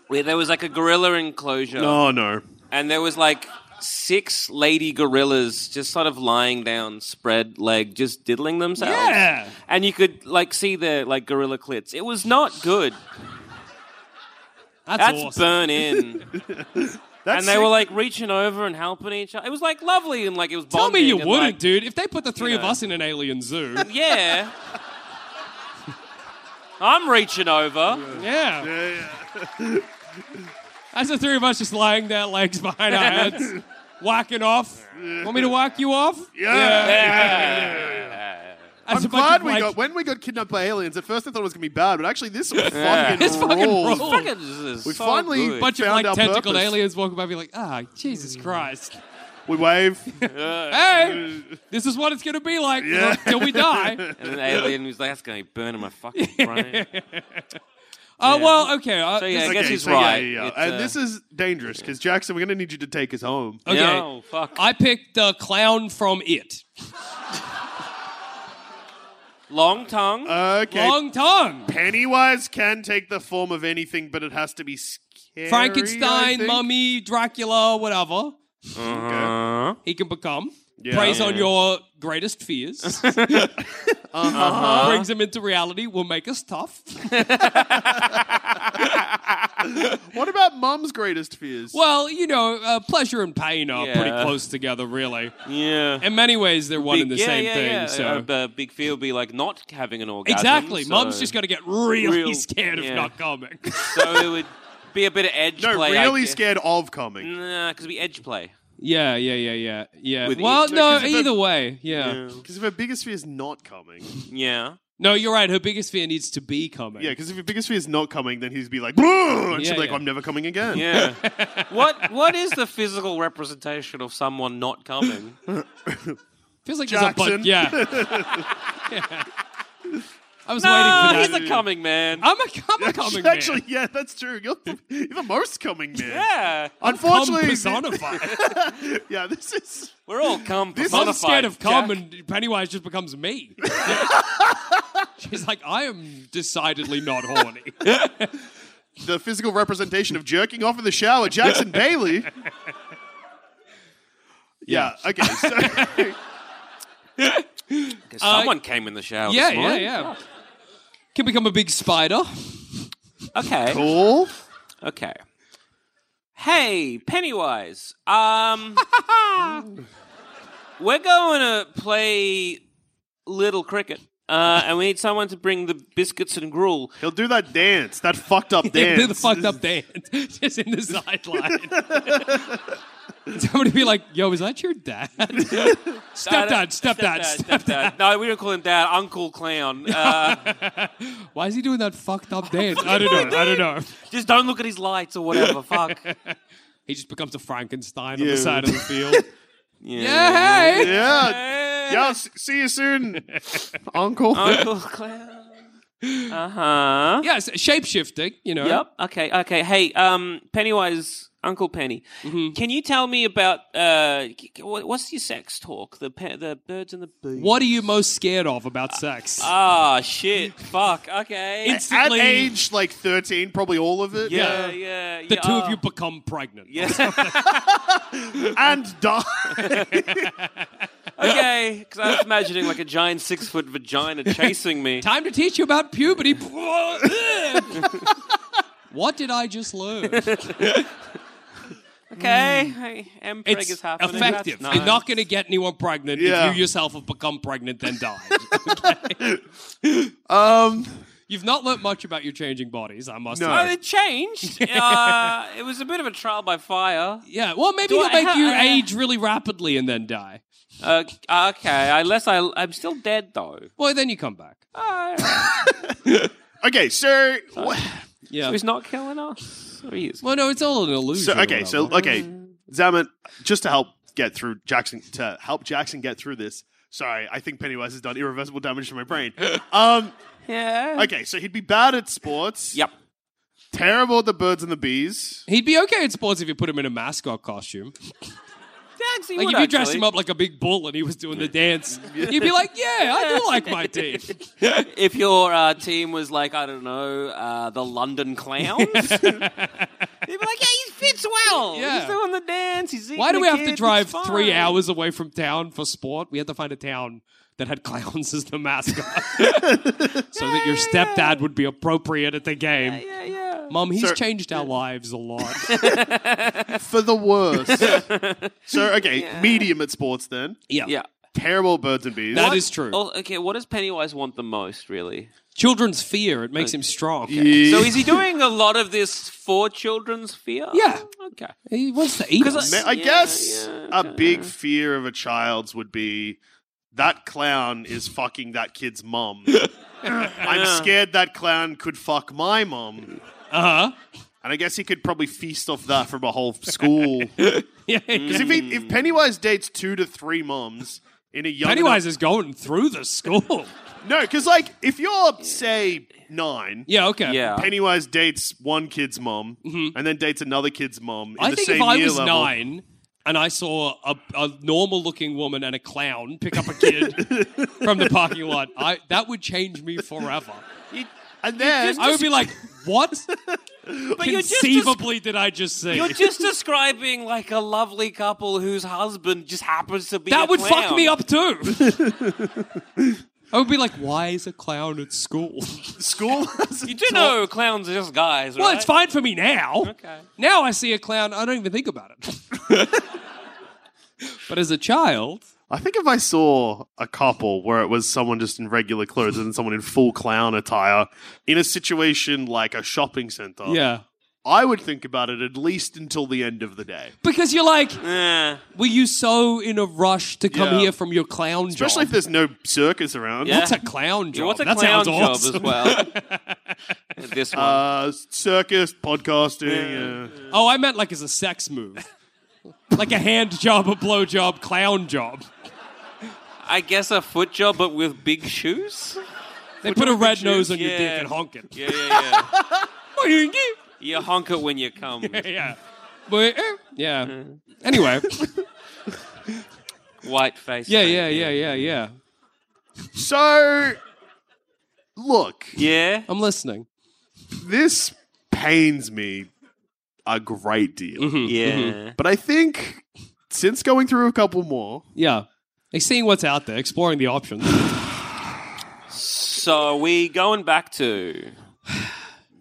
where there was like a gorilla enclosure, Oh no, and there was like six lady gorillas just sort of lying down, spread leg, just diddling themselves. Yeah. and you could like see their like gorilla clits. It was not good. That's, That's awesome. (laughs) burn in, that's and they sick. were like reaching over and helping each other. It was like lovely and like it was. Tell me bonding you and, wouldn't, like- dude. If they put the three of know. us in an alien (laughs) zoo, (laughs) Yeah. I'm reaching over. Yeah. (laughs) That's the three of us just lying there, legs behind our heads, whacking off. Want me to whack you off? Yeah. That's I'm a bunch glad of, we like- got when we got kidnapped by aliens. At first, I thought it was gonna be bad, but actually, this fucking (laughs) This fucking rules. rules. Fucking, this is We so finally- good. bunch of found like our tentacled purpose. aliens walking by, be like, ah, Jesus Christ. We wave. (laughs) Hey, this is what it's gonna be like till we die. And an alien who's like, that's going to be burning (laughs) my fucking brain. Oh well, okay. I, So, yeah, this- I okay. guess he's so yeah, right. yeah, yeah. It's, And uh, this is dangerous because Jackson, we're gonna need you to take us home. No, oh, fuck. I picked the clown from It. Long tongue. Uh, Okay, Long tongue. Pennywise can take the form of anything, but it has to be scary. I Frankenstein, think. mummy, Dracula, whatever. Uh-huh. Okay. he can become. Yeah. Preys on your greatest (laughs) fears. Uh-huh. Brings them into reality. Will make us tough. What about Mum's greatest fears? well, you know, uh, pleasure and pain are pretty Yeah. close together, really. yeah. In many ways, they're one Big- and the yeah, same yeah, thing. Yeah. So Uh, uh, Big Fear would be like not having an orgasm. exactly, so- mom's just got to get really Real- scared of yeah. not coming. (laughs) (laughs) So it would be a bit of edge No, play. I really guess. Mm. scared of coming. Nah, because we edge play. Yeah, yeah, yeah, yeah, yeah. With well, each- no, 'cause if either it- way, yeah. Because if her biggest fear is not coming, Yeah. No, you're right. Her biggest fear needs to be coming. yeah. Because if her biggest fear is not coming, then he'd be like, "Bruh," and she'd Yeah, be like, yeah. "I'm never coming (laughs) again." Yeah. what What is the physical representation of someone (laughs) not coming? feels like there's a Jackson. but. Yeah. Yeah. I was no, waiting for that. Uh, he's a coming man. I'm a, I'm a coming man. (laughs) Actually, yeah, that's true. You're the, you're the most coming man. yeah. Cum Unfortunately, personified. (laughs) yeah, this is. We're all cum This is I'm personified. scared of cum, Jack. and Pennywise just becomes me. She's like, I am decidedly not horny. the physical representation of jerking off in the (laughs) shower, Jackson Bailey. Yeah, okay. So, (laughs) Someone came in the shower. Uh, yeah, this yeah, morning. yeah. Can become a big spider. (laughs) Okay. cool. Okay. Hey, Pennywise. (laughs) Um, we're going to play little cricket, uh, and we need someone to bring the biscuits and gruel. He'll do that dance, that fucked (laughs) up dance. Do the fucked up dance (laughs) just in the sideline. (laughs) Somebody be like, "Yo, is that your dad? (laughs) stepdad, stepdad, stepdad." stepdad. No, we don't call him dad. Uncle clown. (laughs) Uh, Why is he doing that fucked up dance? (laughs) I don't know. I don't know. just don't look at his lights or (laughs) whatever. Fuck. He just becomes a Frankenstein on Yeah. the side of the field. (laughs) yeah, hey. Yeah. Hey, Yeah, s- see (laughs) you soon, Uncle. Uncle clown. Uh huh. Yes, shapeshifting, you know. Yep. Okay. Okay. Hey, um, Pennywise, Uncle Penny, Mm-hmm. can you tell me about uh, c- c- what- what's your sex talk? The pe- the birds and the bees. What are you most scared of about Uh, sex? Ah, shit. Fuck. Okay. At Instantly, age like 13, probably all of it. yeah, yeah. Ah. the yeah. two of you become pregnant. Yeah. (laughs) And die. (laughs) okay. Because I was imagining like a giant six foot (laughs) vagina chasing me. Time to teach you about puberty. (laughs) (laughs) what did I just learn? Okay. Hey, M preg Mm. It's is happening. effective. That's You're nice. not going to get anyone pregnant Yeah. if you yourself have become pregnant then died. (laughs) (laughs) Um, You've not learnt much about your changing bodies, I must No. Oh, say. (laughs) it changed. uh, it was a bit of a trial by fire. Yeah, well, maybe Do he'll I make ha- you I- age really rapidly and then die. Uh, okay, unless I, I'm still dead though. Well, then you come back. (laughs) okay, so. wha- Yeah. So he's not killing us. Or he is. well, no, it's all an illusion. so or okay, so whatever. okay, Zaman, just to help get through Jackson, to help Jackson get through this. Sorry, I think Pennywise has done irreversible damage to (laughs) my brain. Um, Yeah. okay, so he'd be bad at sports. Yep. Terrible at the birds and the bees. He'd be okay at sports if you put him in a mascot costume. Thanks, he Like would if you dressed actually. him up like a big bull and he was doing (laughs) the dance, you'd be like, "Yeah, I do like my (laughs) team." If your uh, team was like, I don't know, uh, the London (laughs) Clowns, (laughs) they'd be like, yeah, he fits well. Yeah. He's doing the dance. He's eating Why do the we have kid, to it's drive fine." three hours away from town for sport? We had to find a town that had clowns as the (laughs) mascot, so that your stepdad would be appropriate at the game. Yeah, yeah. Mum, he's Sir- changed our lives a lot. (laughs) For the worst. (laughs) so okay, medium at sports then. Yeah. Terrible at birds and bees. that is true. Oh, okay, what does Pennywise want the most, really? Children's fear it Uh, makes him strong. So is he doing a lot of this for children's fear? Yeah. Okay. He wants to eat 'Cause us. I- Ma- I Yeah, guess yeah, a big fear of a child's would be that clown is fucking that kid's (laughs) mum. I'm scared that clown could fuck my mum. Uh huh. And I guess he could probably feast off that from a whole school. (laughs) (laughs) Yeah. Mm. Because if, he- if Pennywise dates two to three mums in a young Pennywise is going through the school. (laughs) No, because like if you're say nine, yeah. Okay. Yeah. Pennywise dates one kid's mom and then dates another kid's mom. In Mm-hmm. I the think same if I year was level. nine and I saw a, a normal looking woman and a clown pick up a (laughs) kid from the parking lot, I, that would change me forever. and then I would be like, what (laughs) But you're just, des- conceivably did I just see? you're just describing like a lovely couple whose husband just happens to be a that would fuck clown. me up too. (laughs) I would be like, why is a clown at (laughs) school? (laughs) school. You do know clowns are just guys, Well, right? it's fine for me now. Okay. Now I see a clown, I don't even think about it. (laughs) but as a child, I think if I saw a couple where it was someone just in regular Oh. clothes and someone in full clown attire in a situation like a shopping center, yeah. I would think about it at least until the end of the day. Because you're like, Yeah. were you so in a rush to come Yeah. here from your clown Especially if job? there's no circus around. Yeah. What's a clown job? Yeah, what's a that clown sounds job awesome. as well? (laughs) this one. Uh, circus, podcasting. Uh, Oh, I meant like as a sex move. (laughs) like a hand job, a blow job, clown job. I guess a foot job, but with big shoes. They put a red nose on your Yeah. dick and honk it. (laughs) Yeah, yeah, yeah. Yeah. (laughs) you honk it when you come. But, eh, (laughs) yeah. Anyway. White face. Yeah, paint. yeah, yeah, yeah, yeah. so, look, Yeah. I'm listening. this pains me a great deal. Yeah. But I think since going through a couple more, Yeah. Like seeing what's out there, exploring the (laughs) options. So are we going back to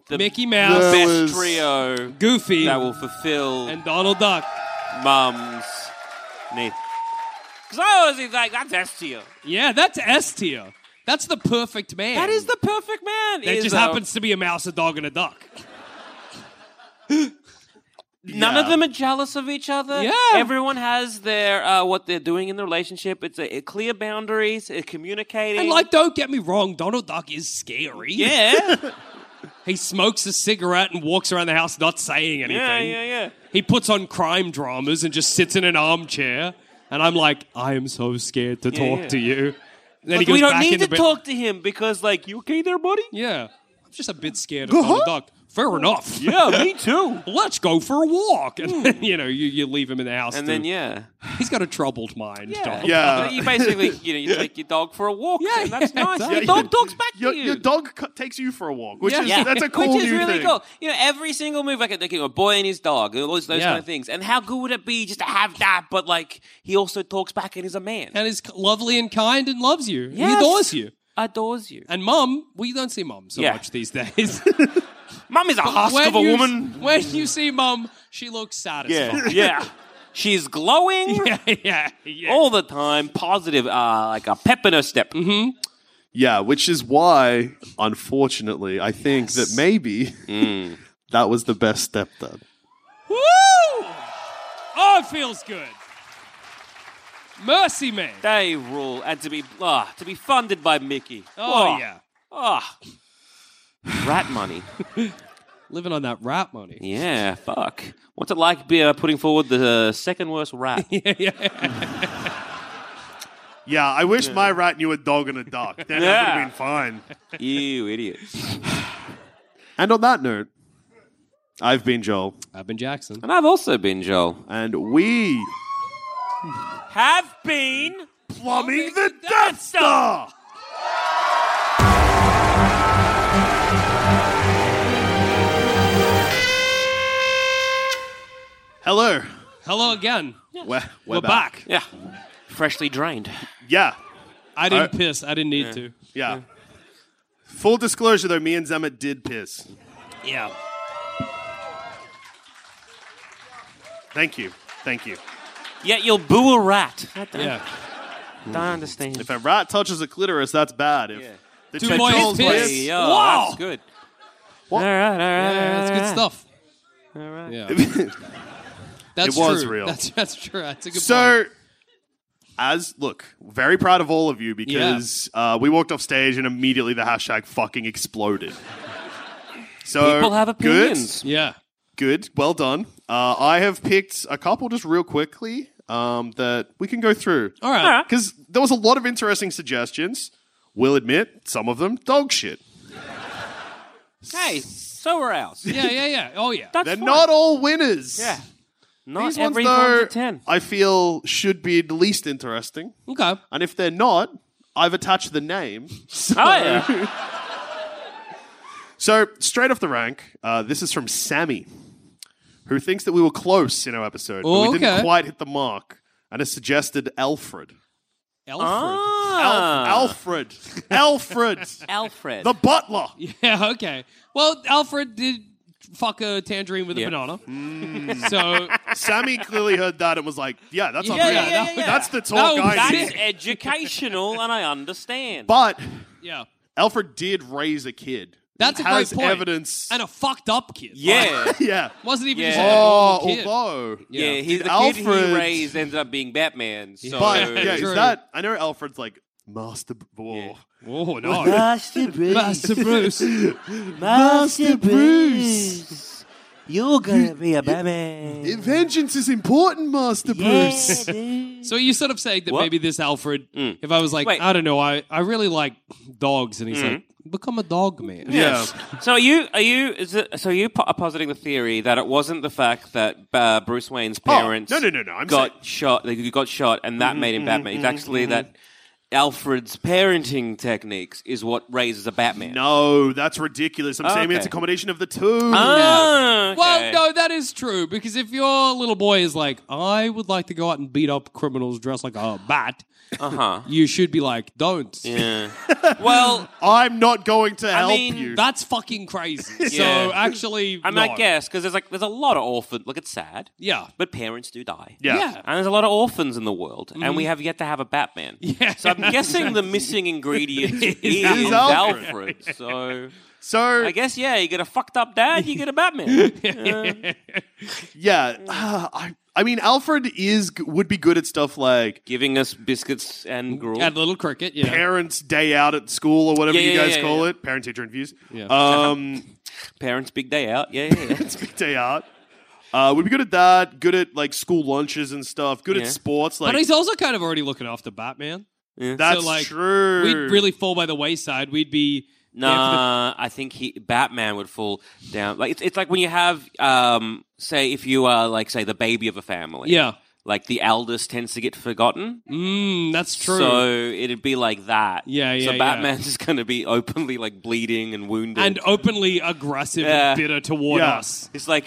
the Mickey Mouse, There best was- trio Goofy, that will fulfill and Donald Duck. mum's need. Because I always think like that's S tier. Yeah, that's S tier. That's the perfect man. That is the perfect man. That is just a- happens to be a mouse, a dog, and a duck. None of Yeah. them are jealous of each other. Yeah. Everyone has their uh, what they're doing in the relationship. It's a, it- clear boundaries. It communicating. And like, don't get me wrong, Donald Duck is scary. (laughs) yeah, He smokes a cigarette and walks around the house not saying anything. yeah, yeah, yeah. He puts on crime dramas and just sits in an armchair. And I'm like, I am so scared to talk yeah. to you. And then he Like, goes we don't back in need the to bed- talk to him because like you okay there, buddy? Yeah. I'm just a bit scared of Donald Duck. Fair enough. Uh-huh. Yeah, me too. Let's go for a walk. And then, you know, you, you leave him in the house. And to- then yeah, He's got a troubled mind, Donald. Yeah. you basically you know you take your dog for a walk. Yeah, and that's nice. exactly. Your dog talks back your, to you. your dog c- takes you for a walk, which is Yeah. that's a cool (laughs) Which is new really thing. cool. You know, every single move, like, like you know, a boy and his dog, all those, those Yeah. kind of things. And how good would it be just to have that? But like, he also talks back and is a man. And is lovely and kind and loves you. and Yes. He adores you. adores you. And mum, we don't see mum so Yeah. much these days. Mum is a husk When of a you- woman. When you see mum, she looks satisfied. yeah. She's glowing (laughs) (laughs) yeah, yeah, yeah. all the time, positive, uh, like a pep in her step. Yeah, which is why, unfortunately, I think that maybe (laughs) Mm. that was the best stepdad. Woo! Oh, it feels good. Mercy me. They rule, and to be ah, to be funded by Mickey. Oh, yeah. ah, (laughs) rat money. Living on that rap money. Yeah, fuck. What's it like be, uh, putting forward the second worst rat? Yeah, I wish my rat knew a dog and a duck. Then it would Yeah. have been fine. you idiot. And on that note, I've been Joel, I've been Jackson. And I've also been Joel. and we Have been. plumbing the Death Star. Hello. Hello again. We're, we're, We're back. Yeah. Freshly drained. Yeah. I didn't piss. I didn't need to. Yeah. Full disclosure, though, me and Zemet did piss. Yeah. Thank you. Thank you. Yet you'll boo a rat. I don't, Yeah. don't understand. If a rat touches a clitoris, that's bad. If the Two chicken's moist piss- piss. Hey, yo, Wow. That's good. What? All right, all right. Yeah, that's good stuff. (laughs) Yeah. That's It was true. real. That's, that's true. That's a good So, point. as look, very proud of all of you because uh, we walked off stage and immediately the hashtag fucking exploded. (laughs) So People have good, opinions. Yeah. Good, well done. Uh, I have picked a couple just real quickly um, that we can go through. All right. All right. because there was a lot of interesting suggestions. We'll admit some of them dog shit. Hey, so are ours. Yeah, yeah, yeah. Oh, yeah. That's They're fine. not all winners. Yeah. Not These ones, every though, one's a 10. I feel should be the least interesting. Okay. And if they're not, I've attached the name. (laughs) Oh, yeah. So, straight off the rank, uh, this is from Sammy, who thinks that we were close in our episode, but we Oh, didn't okay. quite hit the mark and has suggested Alfred. Alfred. Ah. Alfred. Alfred. Alfred. the butler. (laughs) Yeah, okay. Well, Alfred did fuck a tangerine with a banana. Mm. So Sammy clearly heard that and was like, yeah, that's on Yeah, real. yeah, yeah, yeah, That's the That talk was I that it. need. is educational, and I understand. But yeah. Alfred did raise a kid. That's a great has point. evidence. And a fucked up kid. Yeah. Like, (laughs) yeah. wasn't even Yeah. just a Oh, normal kid. although. Yeah, Yeah. he's the kid he Alfred- raised ended up being Batman. So But yeah, True. is that I know Alfred's like Master B- Whoa. Oh no. Master Bruce. Master Bruce. (laughs) Master Bruce. You're gonna be a Batman. Vengeance is important, Master Bruce. So you sort of saying that What? maybe this Alfred, if I was like, Wait. I don't know, I, I really like dogs, and he's like, become a dog man. yeah. So are you are you is it, so are you po- positing the theory that it wasn't the fact that uh, Bruce Wayne's parents Oh, no, no, no, no, I'm Mm-hmm, got shot they got shot and that made him Batman. It's actually that Alfred's parenting techniques is what raises a Batman. No, that's ridiculous. I'm Oh, saying okay. it's a combination of the two. Ah, okay. Well, no, that is true because if your little boy is like, I would like to go out and beat up criminals dressed like a bat, uh-huh. you should be like, don't. Yeah. well, I'm not going to help mean, you. That's fucking crazy. (laughs) Yeah. So actually, I mean, no. I guess because there's like there's a lot of orphan. Look, it's sad. Yeah. But parents do die. yeah. yeah. And there's a lot of orphans in the world, and we have yet to have a Batman. Yeah. So I'm guessing the missing ingredient is, Is Alfred. Alfred. So So I guess yeah, you get a fucked up dad, you get a Batman. yeah, (sighs) Ah, I, I mean Alfred is g- would be good at stuff like Giving us biscuits and gruel. And little cricket, yeah. parents' day out at school or whatever Yeah, you yeah, guys yeah, call yeah. it, parent teacher interviews. Yeah. (laughs) Um, Parents' big day out. Yeah, yeah. yeah. it's big day out. Uh, would be good at that. Good at like school lunches and stuff. Good Yeah. at sports. Like but he's also kind of already looking after Batman. that's so, like, true. We'd really fall by the wayside. We'd be there Nah, I think he Batman would fall down. Like it's, it's like when you have, um, say, if you are like say the baby of a for family. the- yeah. Like the eldest tends to get forgotten. Mm, that's true. So it'd be like that. Yeah, yeah, So yeah. Batman's (laughs) just going to be openly like bleeding and wounded. and openly aggressive Yeah. and bitter toward Yeah. us. it's like,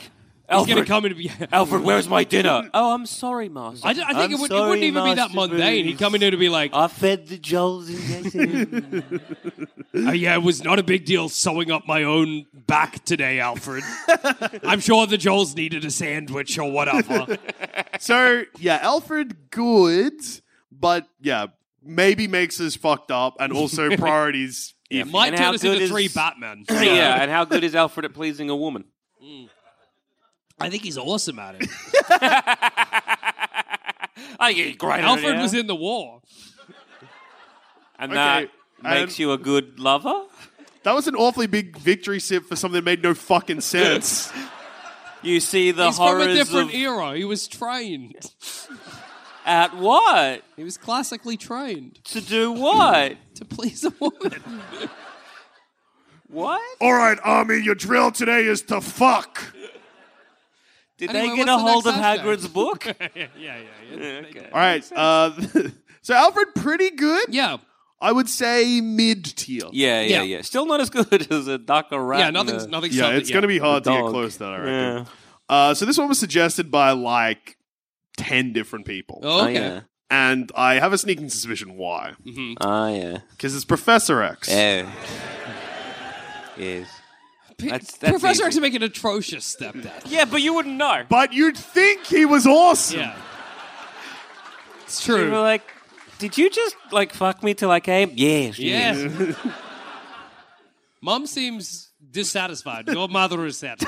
He's Alfred, going to come and be. (laughs) Alfred, where's my dinner? oh, I'm sorry, Master. I, d- I I'm think it, would, it sorry, wouldn't even be that Master mundane. He'd come in here to be like, I fed the Joels and (laughs) Jesse. "Oh, yeah, it was not a big deal sewing up my own back today, (laughs) Alfred. I'm sure the Joels needed a sandwich or (laughs) whatever. so yeah, Alfred good, but yeah, maybe makes us fucked up (laughs) and also priorities. It might And how turn us good into is- three Batmen. (clears throat) yeah, and how good is Alfred at pleasing a woman? I think he's awesome at it. (laughs) I think he's great. at it, Alfred Ah, yeah. was in the war. and Okay, that and- makes you a good lover. That was an awfully big victory sip for something that made (laughs) no fucking sense. You see the He's from horrors a different e- of era. He was trained. at what He was classically trained to do what to please a woman. (laughs) what All right, army, your drill today is to fuck. did Anyway, they get a what's the hold of next hashtag? Hagrid's book? (laughs) yeah, yeah, okay. All right, uh, (laughs) so Alfred pretty good. yeah. I would say mid tier. Yeah, yeah, Yeah. yeah. Still not as good (laughs) as a Dr. Rat. Yeah, and nothing's a- nothing's Yeah, something- it's going to be hard to get Dog. close to that, I reckon. Uh, so this one was suggested by like 10 different people. Oh, Mm. okay. yeah. And I have a sneaking suspicion why. Ah, yeah. Because it's Professor X. Oh. yes. That's- that's Professor X easy. would make an atrocious (laughs) stepdad. Yeah, but you wouldn't know. But you'd think he was awesome. yeah. It's You were true. like, did you just like fuck me till I came? Uh, Yes. yes. (laughs) Yeah. Mom seems dissatisfied. Your mother is (laughs) sad.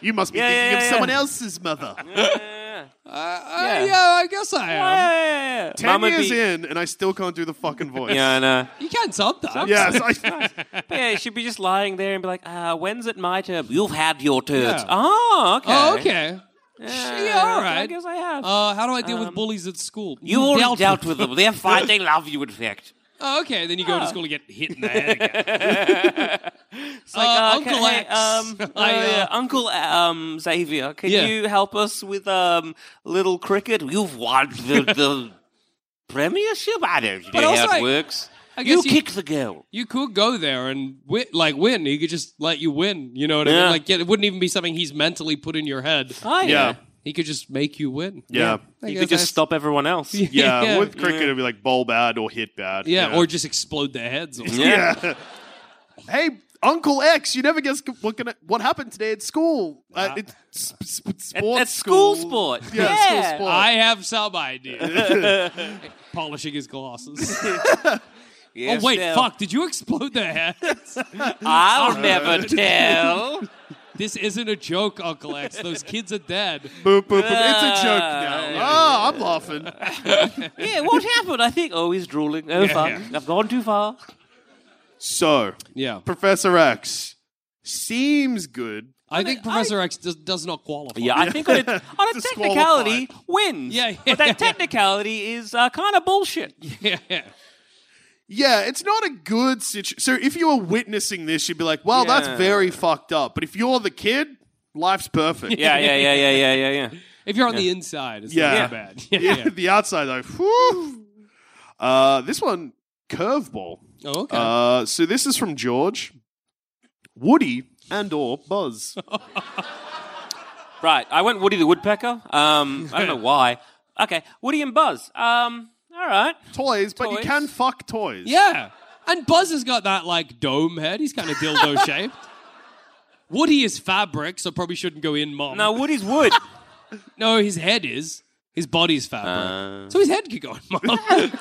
You must be Yeah, thinking yeah, of yeah. someone else's (laughs) mother. yeah. yeah, I guess I am. Yeah. 10 Mama years be- in, and I still can't do the fucking voice. Yeah, (laughs) I know. You can sometimes. Yes, I, (laughs) (laughs) Yeah, she'd be just lying there and be like, uh, when's it my turn? You've had your turns. Yeah. Oh, (laughs) okay. Oh, okay. Yeah, Yeah, all okay, I right. guess I have. um, Uh, how do I deal with bullies at school? you already Dealt dealt, with Ah. (laughs) them. They're fine. they love you, in fact. Oh, okay, then you go to school and get hit in the head again. (laughs) It's like, Uh, uh, Uncle ca- hey, X. um, (laughs) I, uh, uh, yeah, Uncle um, Xavier, can Yeah. you help us with um, little cricket? You've won (laughs) the, the premiership. I don't know But how also, it I- works. I You, guess you- kick the goal. You could go there and win, like win. He could just let you win. You know what I Yeah. mean? Like yeah, it wouldn't even be something he's mentally put in your head. Oh, yeah. He could just make you win. Yeah. I You guess could just that's- stop everyone (laughs) else. Yeah. Yeah. Yeah. With cricket, it'd be like bowl bad or hit bad. Yeah, or just explode their heads. Or something. Yeah. (laughs) hey, Uncle X, you never guess what gonna, what happened today at school. Uh, it's sp- sp- At, sports at school school. sport. Yeah, school sport. I have some idea. Polishing his glasses. Yes, oh wait, Dale. fuck! Did you explode their heads? I'll All (laughs) never right. tell. This isn't a joke, Uncle X. Those kids are dead. Boop, boop, boop. It's a joke now. Oh, I'm laughing. yeah, what happened? I think. Oh, he's drooling. Oh, fuck. I've gone too far. So, Yeah, Professor X seems good. I, think Professor X does, does not qualify. Yeah, I think (laughs) on a, on a Disqualified. technicality wins. Yeah, yeah, but that technicality is uh, kind of bullshit. (laughs) yeah, yeah. Yeah, it's not a good situation. So if you were witnessing this, you'd be like, "Well, Yeah. that's very fucked up." But if you're the kid, life's perfect. Yeah, yeah, yeah, yeah, yeah, yeah, yeah. If you're on the inside, it's Yeah. not so bad. Yeah, Yeah, yeah. the outside though. Whew. Uh, this one, curveball. Oh, okay. Uh, so this is from George, Woody, and or Buzz. Right, I went Woody the Woodpecker. Um, I (laughs) don't know why. Okay, Woody and Buzz. Um, all right. toys, but you Toys. can fuck toys. (laughs) yeah. And Buzz has got that like dome head. He's kind of dildo shaped. Woody is fabric, so probably shouldn't go in, mom. No, Woody's (laughs) wood. No, his head is. His body's Uh. fabric. so his head could go in, (laughs) mom.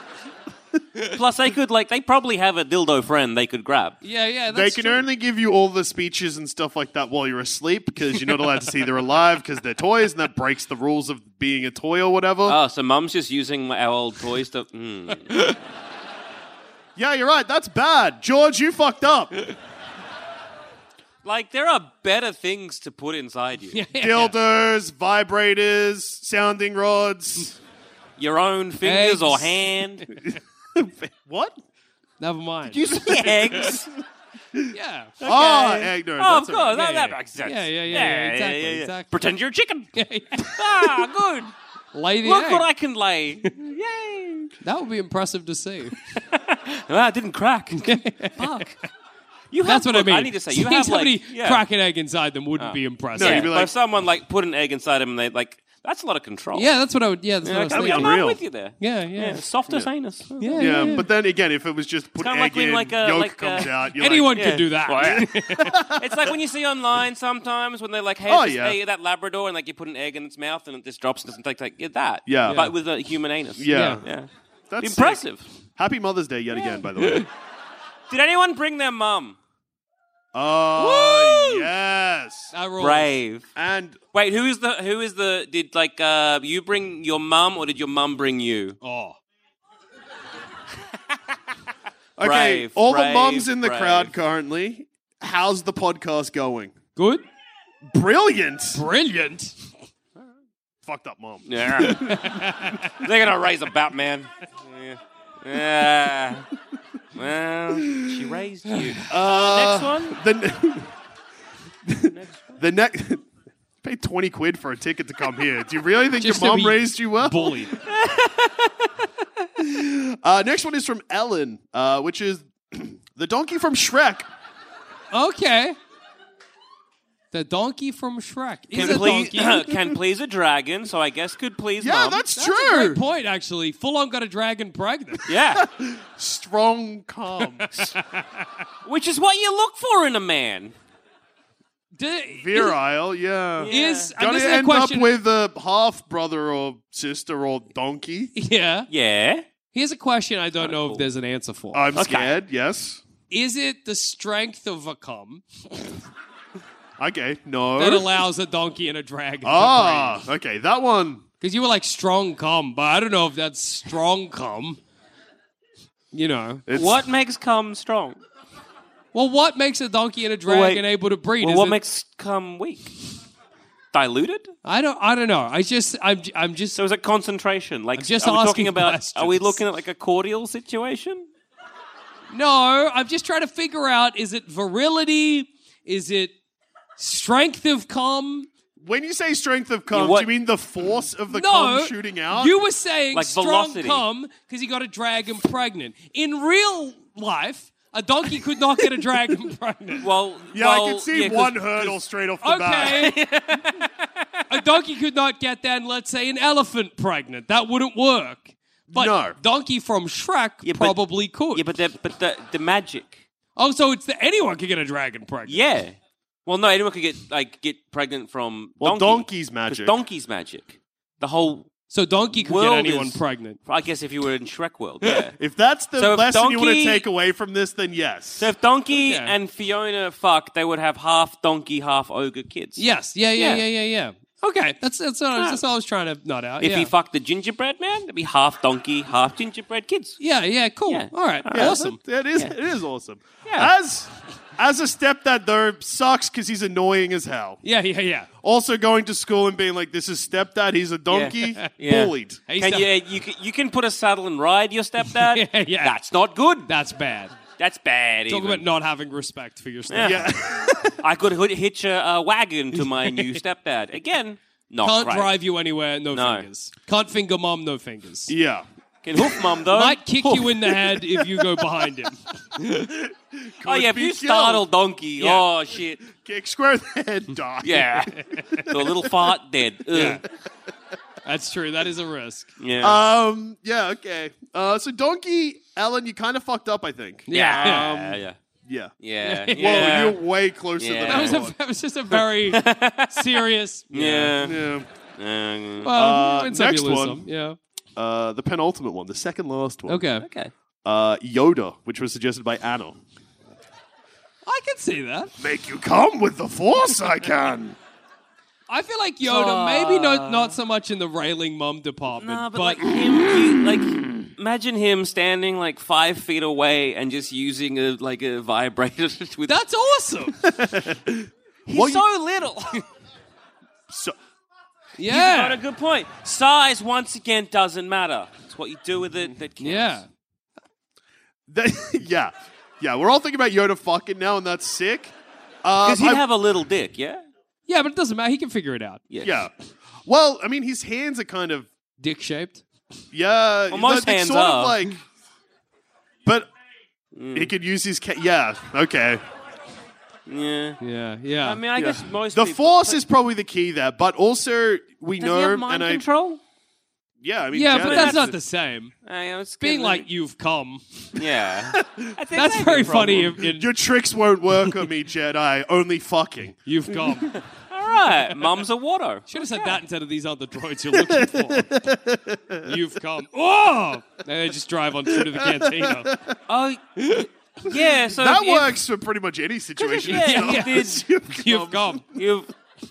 Plus, they could like they probably have a dildo friend they could grab. yeah, yeah. They That's can true. only give you all the speeches and stuff like that while you're asleep because you're not allowed to see they're alive because they're toys and that breaks the rules of being a toy or whatever. Oh, so Mum's just using my- our old toys to. Mm. yeah, you're right. That's bad. George, you fucked up. Like there are better things to put inside you. dildos, vibrators, sounding rods. Your own fingers or Eggs. (laughs) hand. (laughs) what? Never mind. You see (laughs) eggs. yeah. Ah, egg no, Oh, of that's course. all right. Yeah, that, that yeah. makes sense. Yeah, yeah, yeah, yeah, exactly, exactly. Pretend you're (laughs) a chicken. yeah. ah, good. Lay (laughs) the Look egg. what I can lay. (laughs) Yay. That would be impressive to see. No, I Ah, (laughs) didn't crack. Fuck. You have That's what I look, mean. I need to say you Seeing have somebody like, yeah. Oh. crack an egg inside them wouldn't be impressive. No, Yeah, you'd be but like- if someone like put an egg inside them, and they like that's a lot of control. Yeah, that's what I would. Yeah, that's what I I'm, was thinking. I'm unreal. with you there. Yeah, yeah. yeah softest anus. Yeah, yeah, (laughs) Yeah, yeah. but then again, if it was just put kinda egg like when, in, like, uh, yolk like, uh, comes out. You're anyone yeah. can do that. It's like when you see online sometimes when they're like, hey, Oh, this- yeah. hey, that Labrador, and like you put an egg in its mouth and it just drops and doesn't take like get that. Yeah. Yeah. But with a human (laughs) anus. Yeah. Yeah. That's sick. Impressive. Happy Mother's Day yet again, by the way. Did anyone bring their mum? Oh, yes. That rules. Brave. And Wait, who is the who is the did like uh you bring your mum or did your mum bring you? Oh. (laughs) Okay, Brave, all the brave, mums in the brave. crowd currently. How's the podcast going? (laughs) Good. Brilliant. (laughs) Brilliant. Fucked up, mom. (laughs) (laughs) Yeah. They're gonna raise a Batman. Yeah. yeah. Well, she (laughs) raised you. Uh, next one. The ne- (laughs) the next (laughs) pay twenty quid for a ticket to come here. Do you really think Just to your mom be raised you well? Bullied. Uh, next one is from Ellen, uh, which is (clears throat) the donkey from Shrek. Okay. The donkey from Shrek. Is Can a please, donkey. (clears throat) can please a dragon, so I guess could please Yeah, mum. that's, That's true. a great point, actually. Full on got a dragon pregnant. (laughs) Yeah. Strong, (laughs) calm, Which is what you look for in a man. D- virile. Yeah. Is, and Gonna this is a end question. up with a half brother or sister or (laughs) donkey. yeah. Yeah. Here's a question I don't know if there's an answer for. Uh, I'm scared. Yes. is it the strength of a cum Okay. No. that allows a donkey and a dragon to breed? Ah, okay, that one. Because you were like strong cum, but I don't know if that's strong cum. You know. It's, What makes cum strong? Well, what makes a donkey and a Well, wait. dragon able to breed? Well, Is what it- makes cum weak? Diluted? I don't. I don't know. I just. I'm. I'm just. So is it concentration? Like, just are we asking talking about? Are we questions. looking at like a cordial situation? No, I'm just trying to figure out: is it virility? Is it strength of cum? When you say strength of cum, what- do you mean the force of the No, cum shooting out? You were saying Like strong velocity. cum because he got a dragon pregnant. In real life, a donkey could not get a (laughs) dragon pregnant. Well, yeah, I well, can see yeah, 'cause- one hurdle straight off the bat. Okay. a donkey could not get then, let's say, an elephant pregnant. That wouldn't work. But No. donkey from Shrek Yeah, but- probably could. Yeah, but the but the the magic. oh, so it's the, anyone could get a dragon pregnant. Yeah. Well, no, anyone could get like get pregnant from Well, donkey. donkey's 'Cause magic. Donkey's magic. The whole So Donkey could World get anyone is- pregnant. I guess if you were in Shrek World, yeah. (laughs) If that's the So if lesson you want to Donkey- take away from this, then yes. So if Donkey and Fiona fuck, they would have half donkey, half ogre kids. Yes. Yeah. Yeah. Yeah. Yeah. Yeah. Yeah. Okay. That's that's, what I was- that's all I was trying to nut out. If yeah. he fucked the gingerbread man, they'd be half donkey, half gingerbread kids. Yeah. Yeah. Cool. Yeah. All right. Yeah, Awesome. that- that is Yeah. it is awesome. Yeah. As as a stepdad though sucks because he's annoying as hell. Yeah. Yeah. Yeah. Also going to school and being like, "This is stepdad. He's a donkey." Yeah. (laughs) Bullied. Hey, Can so- you, you, can- you can put a saddle and ride your stepdad? Yeah, yeah. That's not good. That's bad. That's bad. Talk even. about not having respect for your stuff. Yeah. I could hit- hitch a uh, wagon to my new stepdad. Again, not Can't right. drive you anywhere. No, No. fingers. Can't finger mom. No fingers. yeah. Can hoof mum though. Might kick you in the head if you go behind him. oh yeah, if be you killed. startle donkey. Oh shit. Kick square in the head. (laughs) Die. Yeah. the little fart dead. Ugh. Yeah. That's true. That is a risk. Um. Yeah. Okay. Uh. So donkey, Alan, you kind of fucked up. I think. yeah. yeah. yeah. Yeah. Yeah. Whoa, you're way closer than Yeah. That I That was, was. a, (laughs) that was just a very serious. Uh, Yeah. yeah. Yeah. Well, Uh, win some, you next lose one. some. Yeah. Uh. The penultimate one, the second last one. Okay. Okay. Uh. Yoda, which was suggested by Anna. I can see that. Make you come with the force, I can. I feel like Yoda, maybe not not so much in the railing mum department, No, but, but, like him, you, like imagine him standing like five feet away and just using a like a vibrator (laughs) with. that's (laughs) awesome. he's What you- so little. So, (laughs) Got a yeah. good point. Size once again doesn't matter. It's what you do with it that counts. Yeah. that, yeah, yeah. We're all thinking about Yoda fucking now, and that's sick. Um, because he'd I- have a little dick. Yeah. Yeah, but it doesn't matter. He can figure it out. Yes. yeah. Well, I mean, his hands are kind of Dick shaped. yeah. Well, most they- they hands sort are. of like, but he could use his. Ca- yeah. Okay. Yeah. Yeah. Yeah. I mean, I guess most The people- force is probably the key there, but also we Does know he have mind and I control? yeah. I mean, yeah, Jedi- but that's not the same. I know, it's Being good. like you've come. yeah, I think That's that'd be a very funny. problem. If, in, (laughs) Your tricks won't work on me, Jedi. Only fucking. you've come. All right, mum's a water. Should have said that instead of these other droids you're looking for. you've come. Oh! And they just drive on through to the cantina. Oh, yeah. So That if- works for pretty much any situation. yeah, (laughs) It's he not- did. You've You've come. You,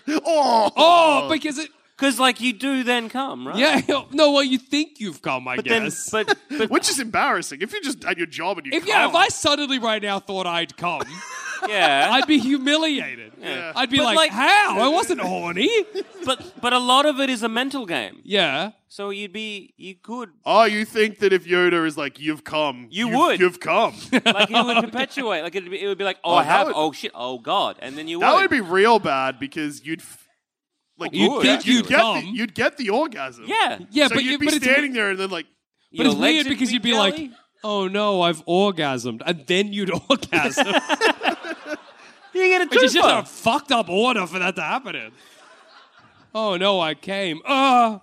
Oh, Oh, because it. because like you do then come, right? Yeah, (laughs) no, well, you think you've come, I But then, (laughs) guess. but (laughs) but which is embarrassing. If you're just at your job and you if come, yeah, if I suddenly right now thought I'd come, yeah, I'd be humiliated. I'd be But like, like- how? I wasn't horny. but but a lot of it is a mental game. yeah. So you'd be you could oh, you think that if Yoda is like, "You've come," You you've- would. You've come. that (laughs) like it would Oh, perpetuate like it'd be, it would be like oh, Oh, I that have would- oh shit oh god and then you would be real bad because you'd f- like You'd Would, think actually. you'd get come. the, you'd get the orgasm. yeah yeah, so but, you'd you, be but it's, standing but there and then like, Your it's legs weird would because you'd be like, jelly. oh no, I've orgasmed. And then you'd (laughs) orgasm. you get a Which is just a twofer. fucked up order for that to happen in. Oh no, I came. Uh,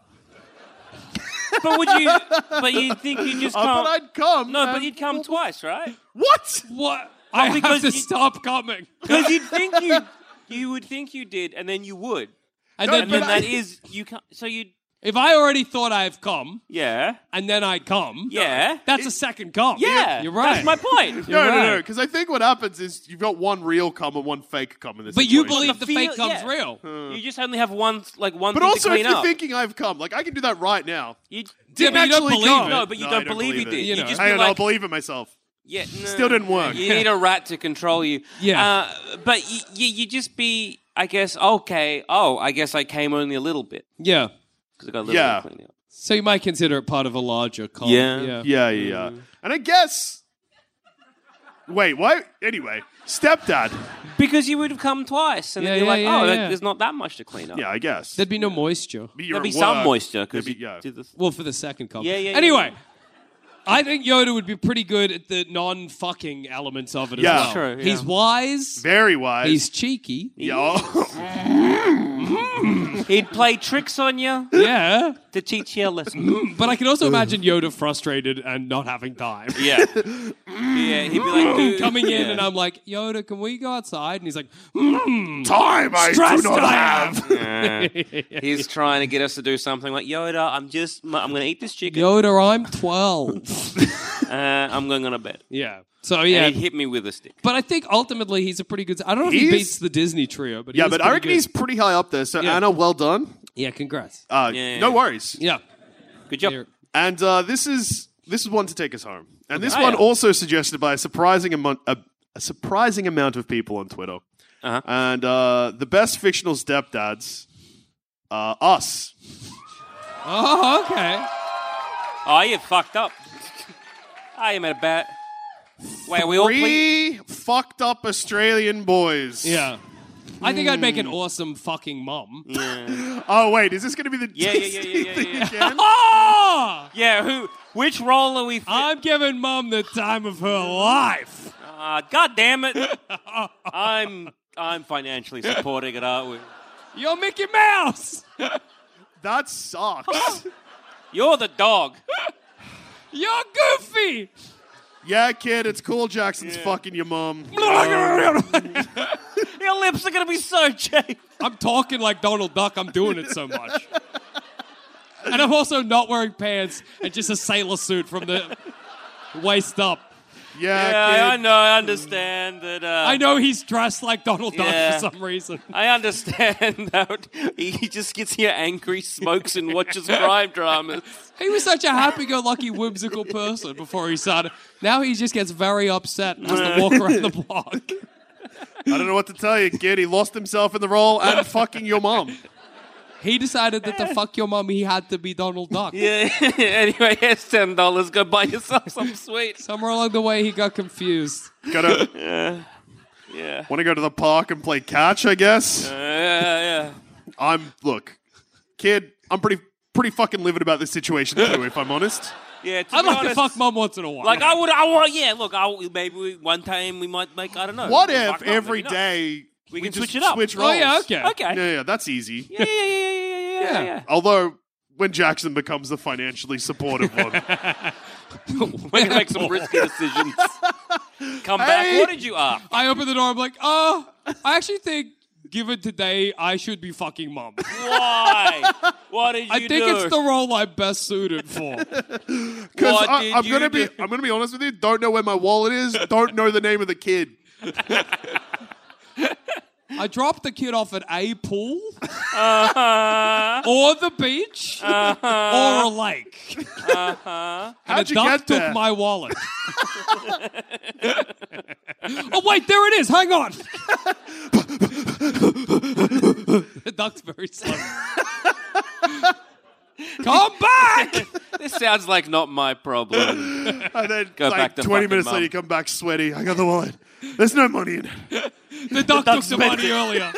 but would (laughs) you but you would think you just "Oh, come but I'd come." no but and- you'd come (laughs) twice right What? what? I have Oh, because to you- stop coming. because you'd think you you would think you did and then you would And and then but that is you can so you if I already thought I've come yeah and then I come, yeah that's a second come. yeah you're right. that's my point (laughs) No, no, no, right. because I think what happens is you've got one real cum and one fake cum in this. but you situation. believe the, feel- fake come's yeah. real. You just only have one, like one. But thing also, to if clean you're up. thinking I've come, like I can do that right now. you Yeah, but you don't actually believe come. it. No, but you No, I don't, don't believe, you beliang did. You You, know. just Hang be on, I'll like, believe it myself. yeah, no, Still didn't work. You need a rat to control you. Yeah. uh, but you, you, you just be, I guess. Okay, oh, I guess I came only a little bit Yeah. because I got a little Yeah. bit of cleaning up. So you might consider it part of a larger come. Yeah. yeah. Yeah, yeah, yeah. And I guess. Wait, what? Anyway, stepdad. Because you would have come twice, and Yeah, then you're yeah, like, yeah, oh, yeah. like, there's not that much to clean up. Yeah, I guess. There'd be no moisture. You're There'll be at some work. moisture because There'd you be- yeah. did this. Well, for the second come. Yeah, yeah, yeah. Anyway, I think Yoda would be pretty good at the non-fucking elements of it Yeah. as well. Sure, yeah. He's wise. Very wise. He's cheeky. yeah. He'd play tricks on you Yeah. to teach you a lesson. But I can Uh. also imagine Yoda frustrated and not having time. yeah, yeah. He'd be like dude, Coming in yeah. and I'm like, Yoda, can we go outside? And he's like, mm, Time I stress do not I have. have. Yeah. He's trying to get us to do something like Yoda. I'm just, I'm going to eat this chicken. Yoda, I'm 12. Uh, I'm going on a bed. yeah. So, Yeah. yeah. And he hit me with a stick. but I think ultimately he's a pretty good. I don't know if he He's- beats the Disney trio, but he (laughs) yeah, is but I pretty reckon good. he's pretty high up there. So Yeah. Anna, well done. Yeah, congrats. Uh, Yeah, yeah, no yeah. worries. Yeah. Good job. You're- And uh, this is this is one to take us home. And this Okay. one Yeah. also suggested by a surprising amount a, a surprising amount of people on Twitter. Uh-huh. And uh, the best fictional stepdads, uh, us. Oh, okay. Oh, you fucked up. (laughs) I am at a bat. Wait, are we all clean? Three fucked up Australian boys. Yeah. I think I'd make an Hmm. awesome fucking mom. Oh wait, is this going to be the Yeah, yeah, yeah, yeah, yeah, thing yeah. again? Oh! Yeah, who? Which role are we? fi- I'm giving mom the time of her life. Ah, God (laughs) damn it! I'm I'm financially supporting it, aren't we? You're Mickey Mouse. That (laughs) sucks. You're the dog. You're Goofy. yeah, kid, it's cool. Jackson's fucking your mom. Your lips are gonna be so chapped. I'm talking like Donald Duck. I'm doing it so much. And I'm also not wearing pants and just a sailor suit from the waist up. Yeah, Yeah, I- I kid. know. I understand that. Uh, I know he's dressed like Donald Duck Yeah. for some reason. I understand (laughs) that he just gets here angry, smokes, and watches crime dramas. He was such a happy-go-lucky, whimsical person before he started. Now he just gets very upset and has to walk around the block. I don't know what to tell you, kid. He lost himself in the role (laughs) and fucking your mom. He decided that the fuck your mum he had to be Donald Duck. Yeah. (laughs) anyway, here's ten dollars. Go buy (laughs) yourself some sweets. Somewhere along the way, he got confused. (laughs) Gotta Yeah. want to go to the park and play catch, I guess. Yeah, Uh, yeah. I'm look, kid. I'm pretty pretty fucking livid about this situation too, if I'm (laughs) honest. Yeah, to I'd be like to honest, fuck mum once in a while. Like I would, I want. Yeah, look, I, maybe we, one time we might make. I don't know. What Fuck up, if maybe every not. day We can just switch it up. Switch oh roles. yeah, okay. Okay. Yeah, yeah, that's easy. Yeah, yeah, yeah, yeah, yeah, yeah. yeah. Although when Jackson becomes the financially supportive (laughs) one, We're gonna (laughs) make some risky decisions. Come back. Hey. What did you ask? I open the door. I'm like, oh, I actually think, given today, I should be fucking mum. Why? What did you I think do? it's the role I'm best suited for. because What did I'm you gonna be do? I'm gonna be honest with you. Don't know where my wallet is. Don't know the name of the kid. I dropped the kid off at a pool, or the beach, or a lake. How'd The you duck get took there? my wallet. oh wait, there it is. Hang on. the duck's very slow. Come back. this sounds like not (laughs) my problem. and then Go like back to 20 fucking minutes later, mum. you come back sweaty. I got the wallet. There's no money in it. The duck took duck's the meant money to- earlier.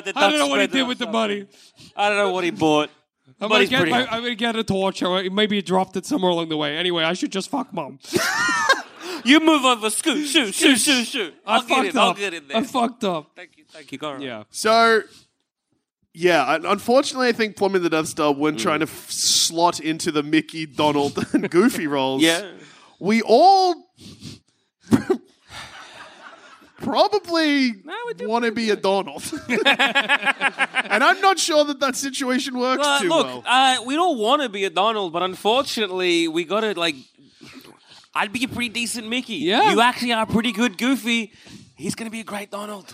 I the duck don't know what he spread the- did with the money. I don't know what he bought. I'm But gonna, he's get, pretty. I, am gonna get a torch, or maybe he dropped it somewhere along the way. Anyway, I should just fuck mom. you move over, scoot, shoot, shoot, shoot, shoot. I (laughs) I'll fucked get up. it. I'll get it there. I fucked up. thank you, thank you, Gora. Yeah. So, yeah, un- unfortunately, I think Plumbing the Death Star, Mm. when trying to f- slot into the Mickey, Donald, (laughs) and Goofy roles, Yeah. we all probably want to be a Donald. and I'm not sure that that situation works Well, too look, well. uh, we don't want to be a Donald, but unfortunately, we got to like. I'd be a pretty decent Mickey. Yeah. you actually are a pretty good Goofy. He's gonna be a great Donald.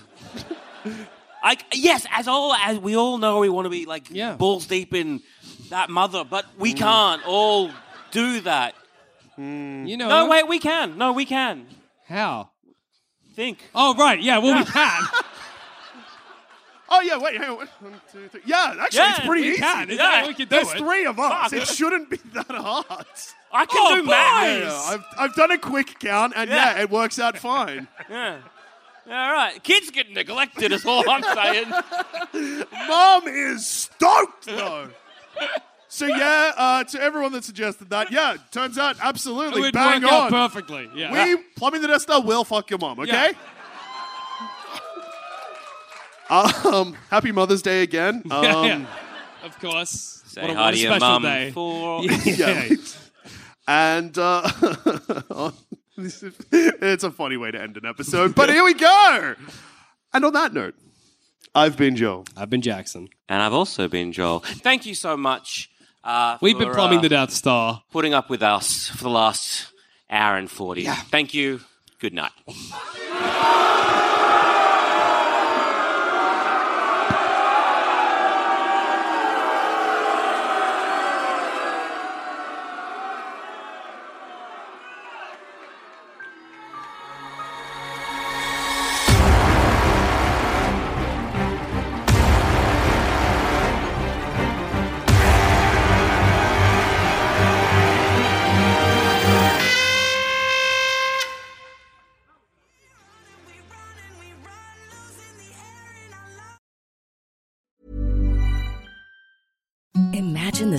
Like yes, as all as we all know, we want to be like Yeah. balls deep in that mother, but we can't all do that. You know. No, wait, we can. No, we can. How? Think. Oh right. Yeah. Well, (laughs) we can. oh, yeah, wait, hang on. One, two, three. Yeah, actually, it's Yeah, pretty we easy. can. It's Yeah. like we can do There's it. three of us. It shouldn't be that hard. I can Oh, do math. boys! Yeah, I've, I've done a quick count, and Yeah. yeah it works out fine. All right, kids get neglected. Is all I'm saying. Mom is stoked though. So yeah, uh, to everyone that suggested that, yeah, turns out It absolutely would bang work out on. perfectly. Yeah. We plumbing the Death Star will fuck your mom, okay? Um, happy Mother's Day again. Um, (laughs) (laughs) Yeah, yeah. Of course. Say what a, hi what a to your special (laughs) mum day. for- yeah. And uh, (laughs) this is- it's a funny way to end an episode, but here we go. And on that note, I've been Joel. I've been Jackson. And I've also been Joel. Thank you so much. Uh, We've been for, plumbing uh, the Death Star. Putting up with us for the last hour and 40. Thank you. Good night. Imagine the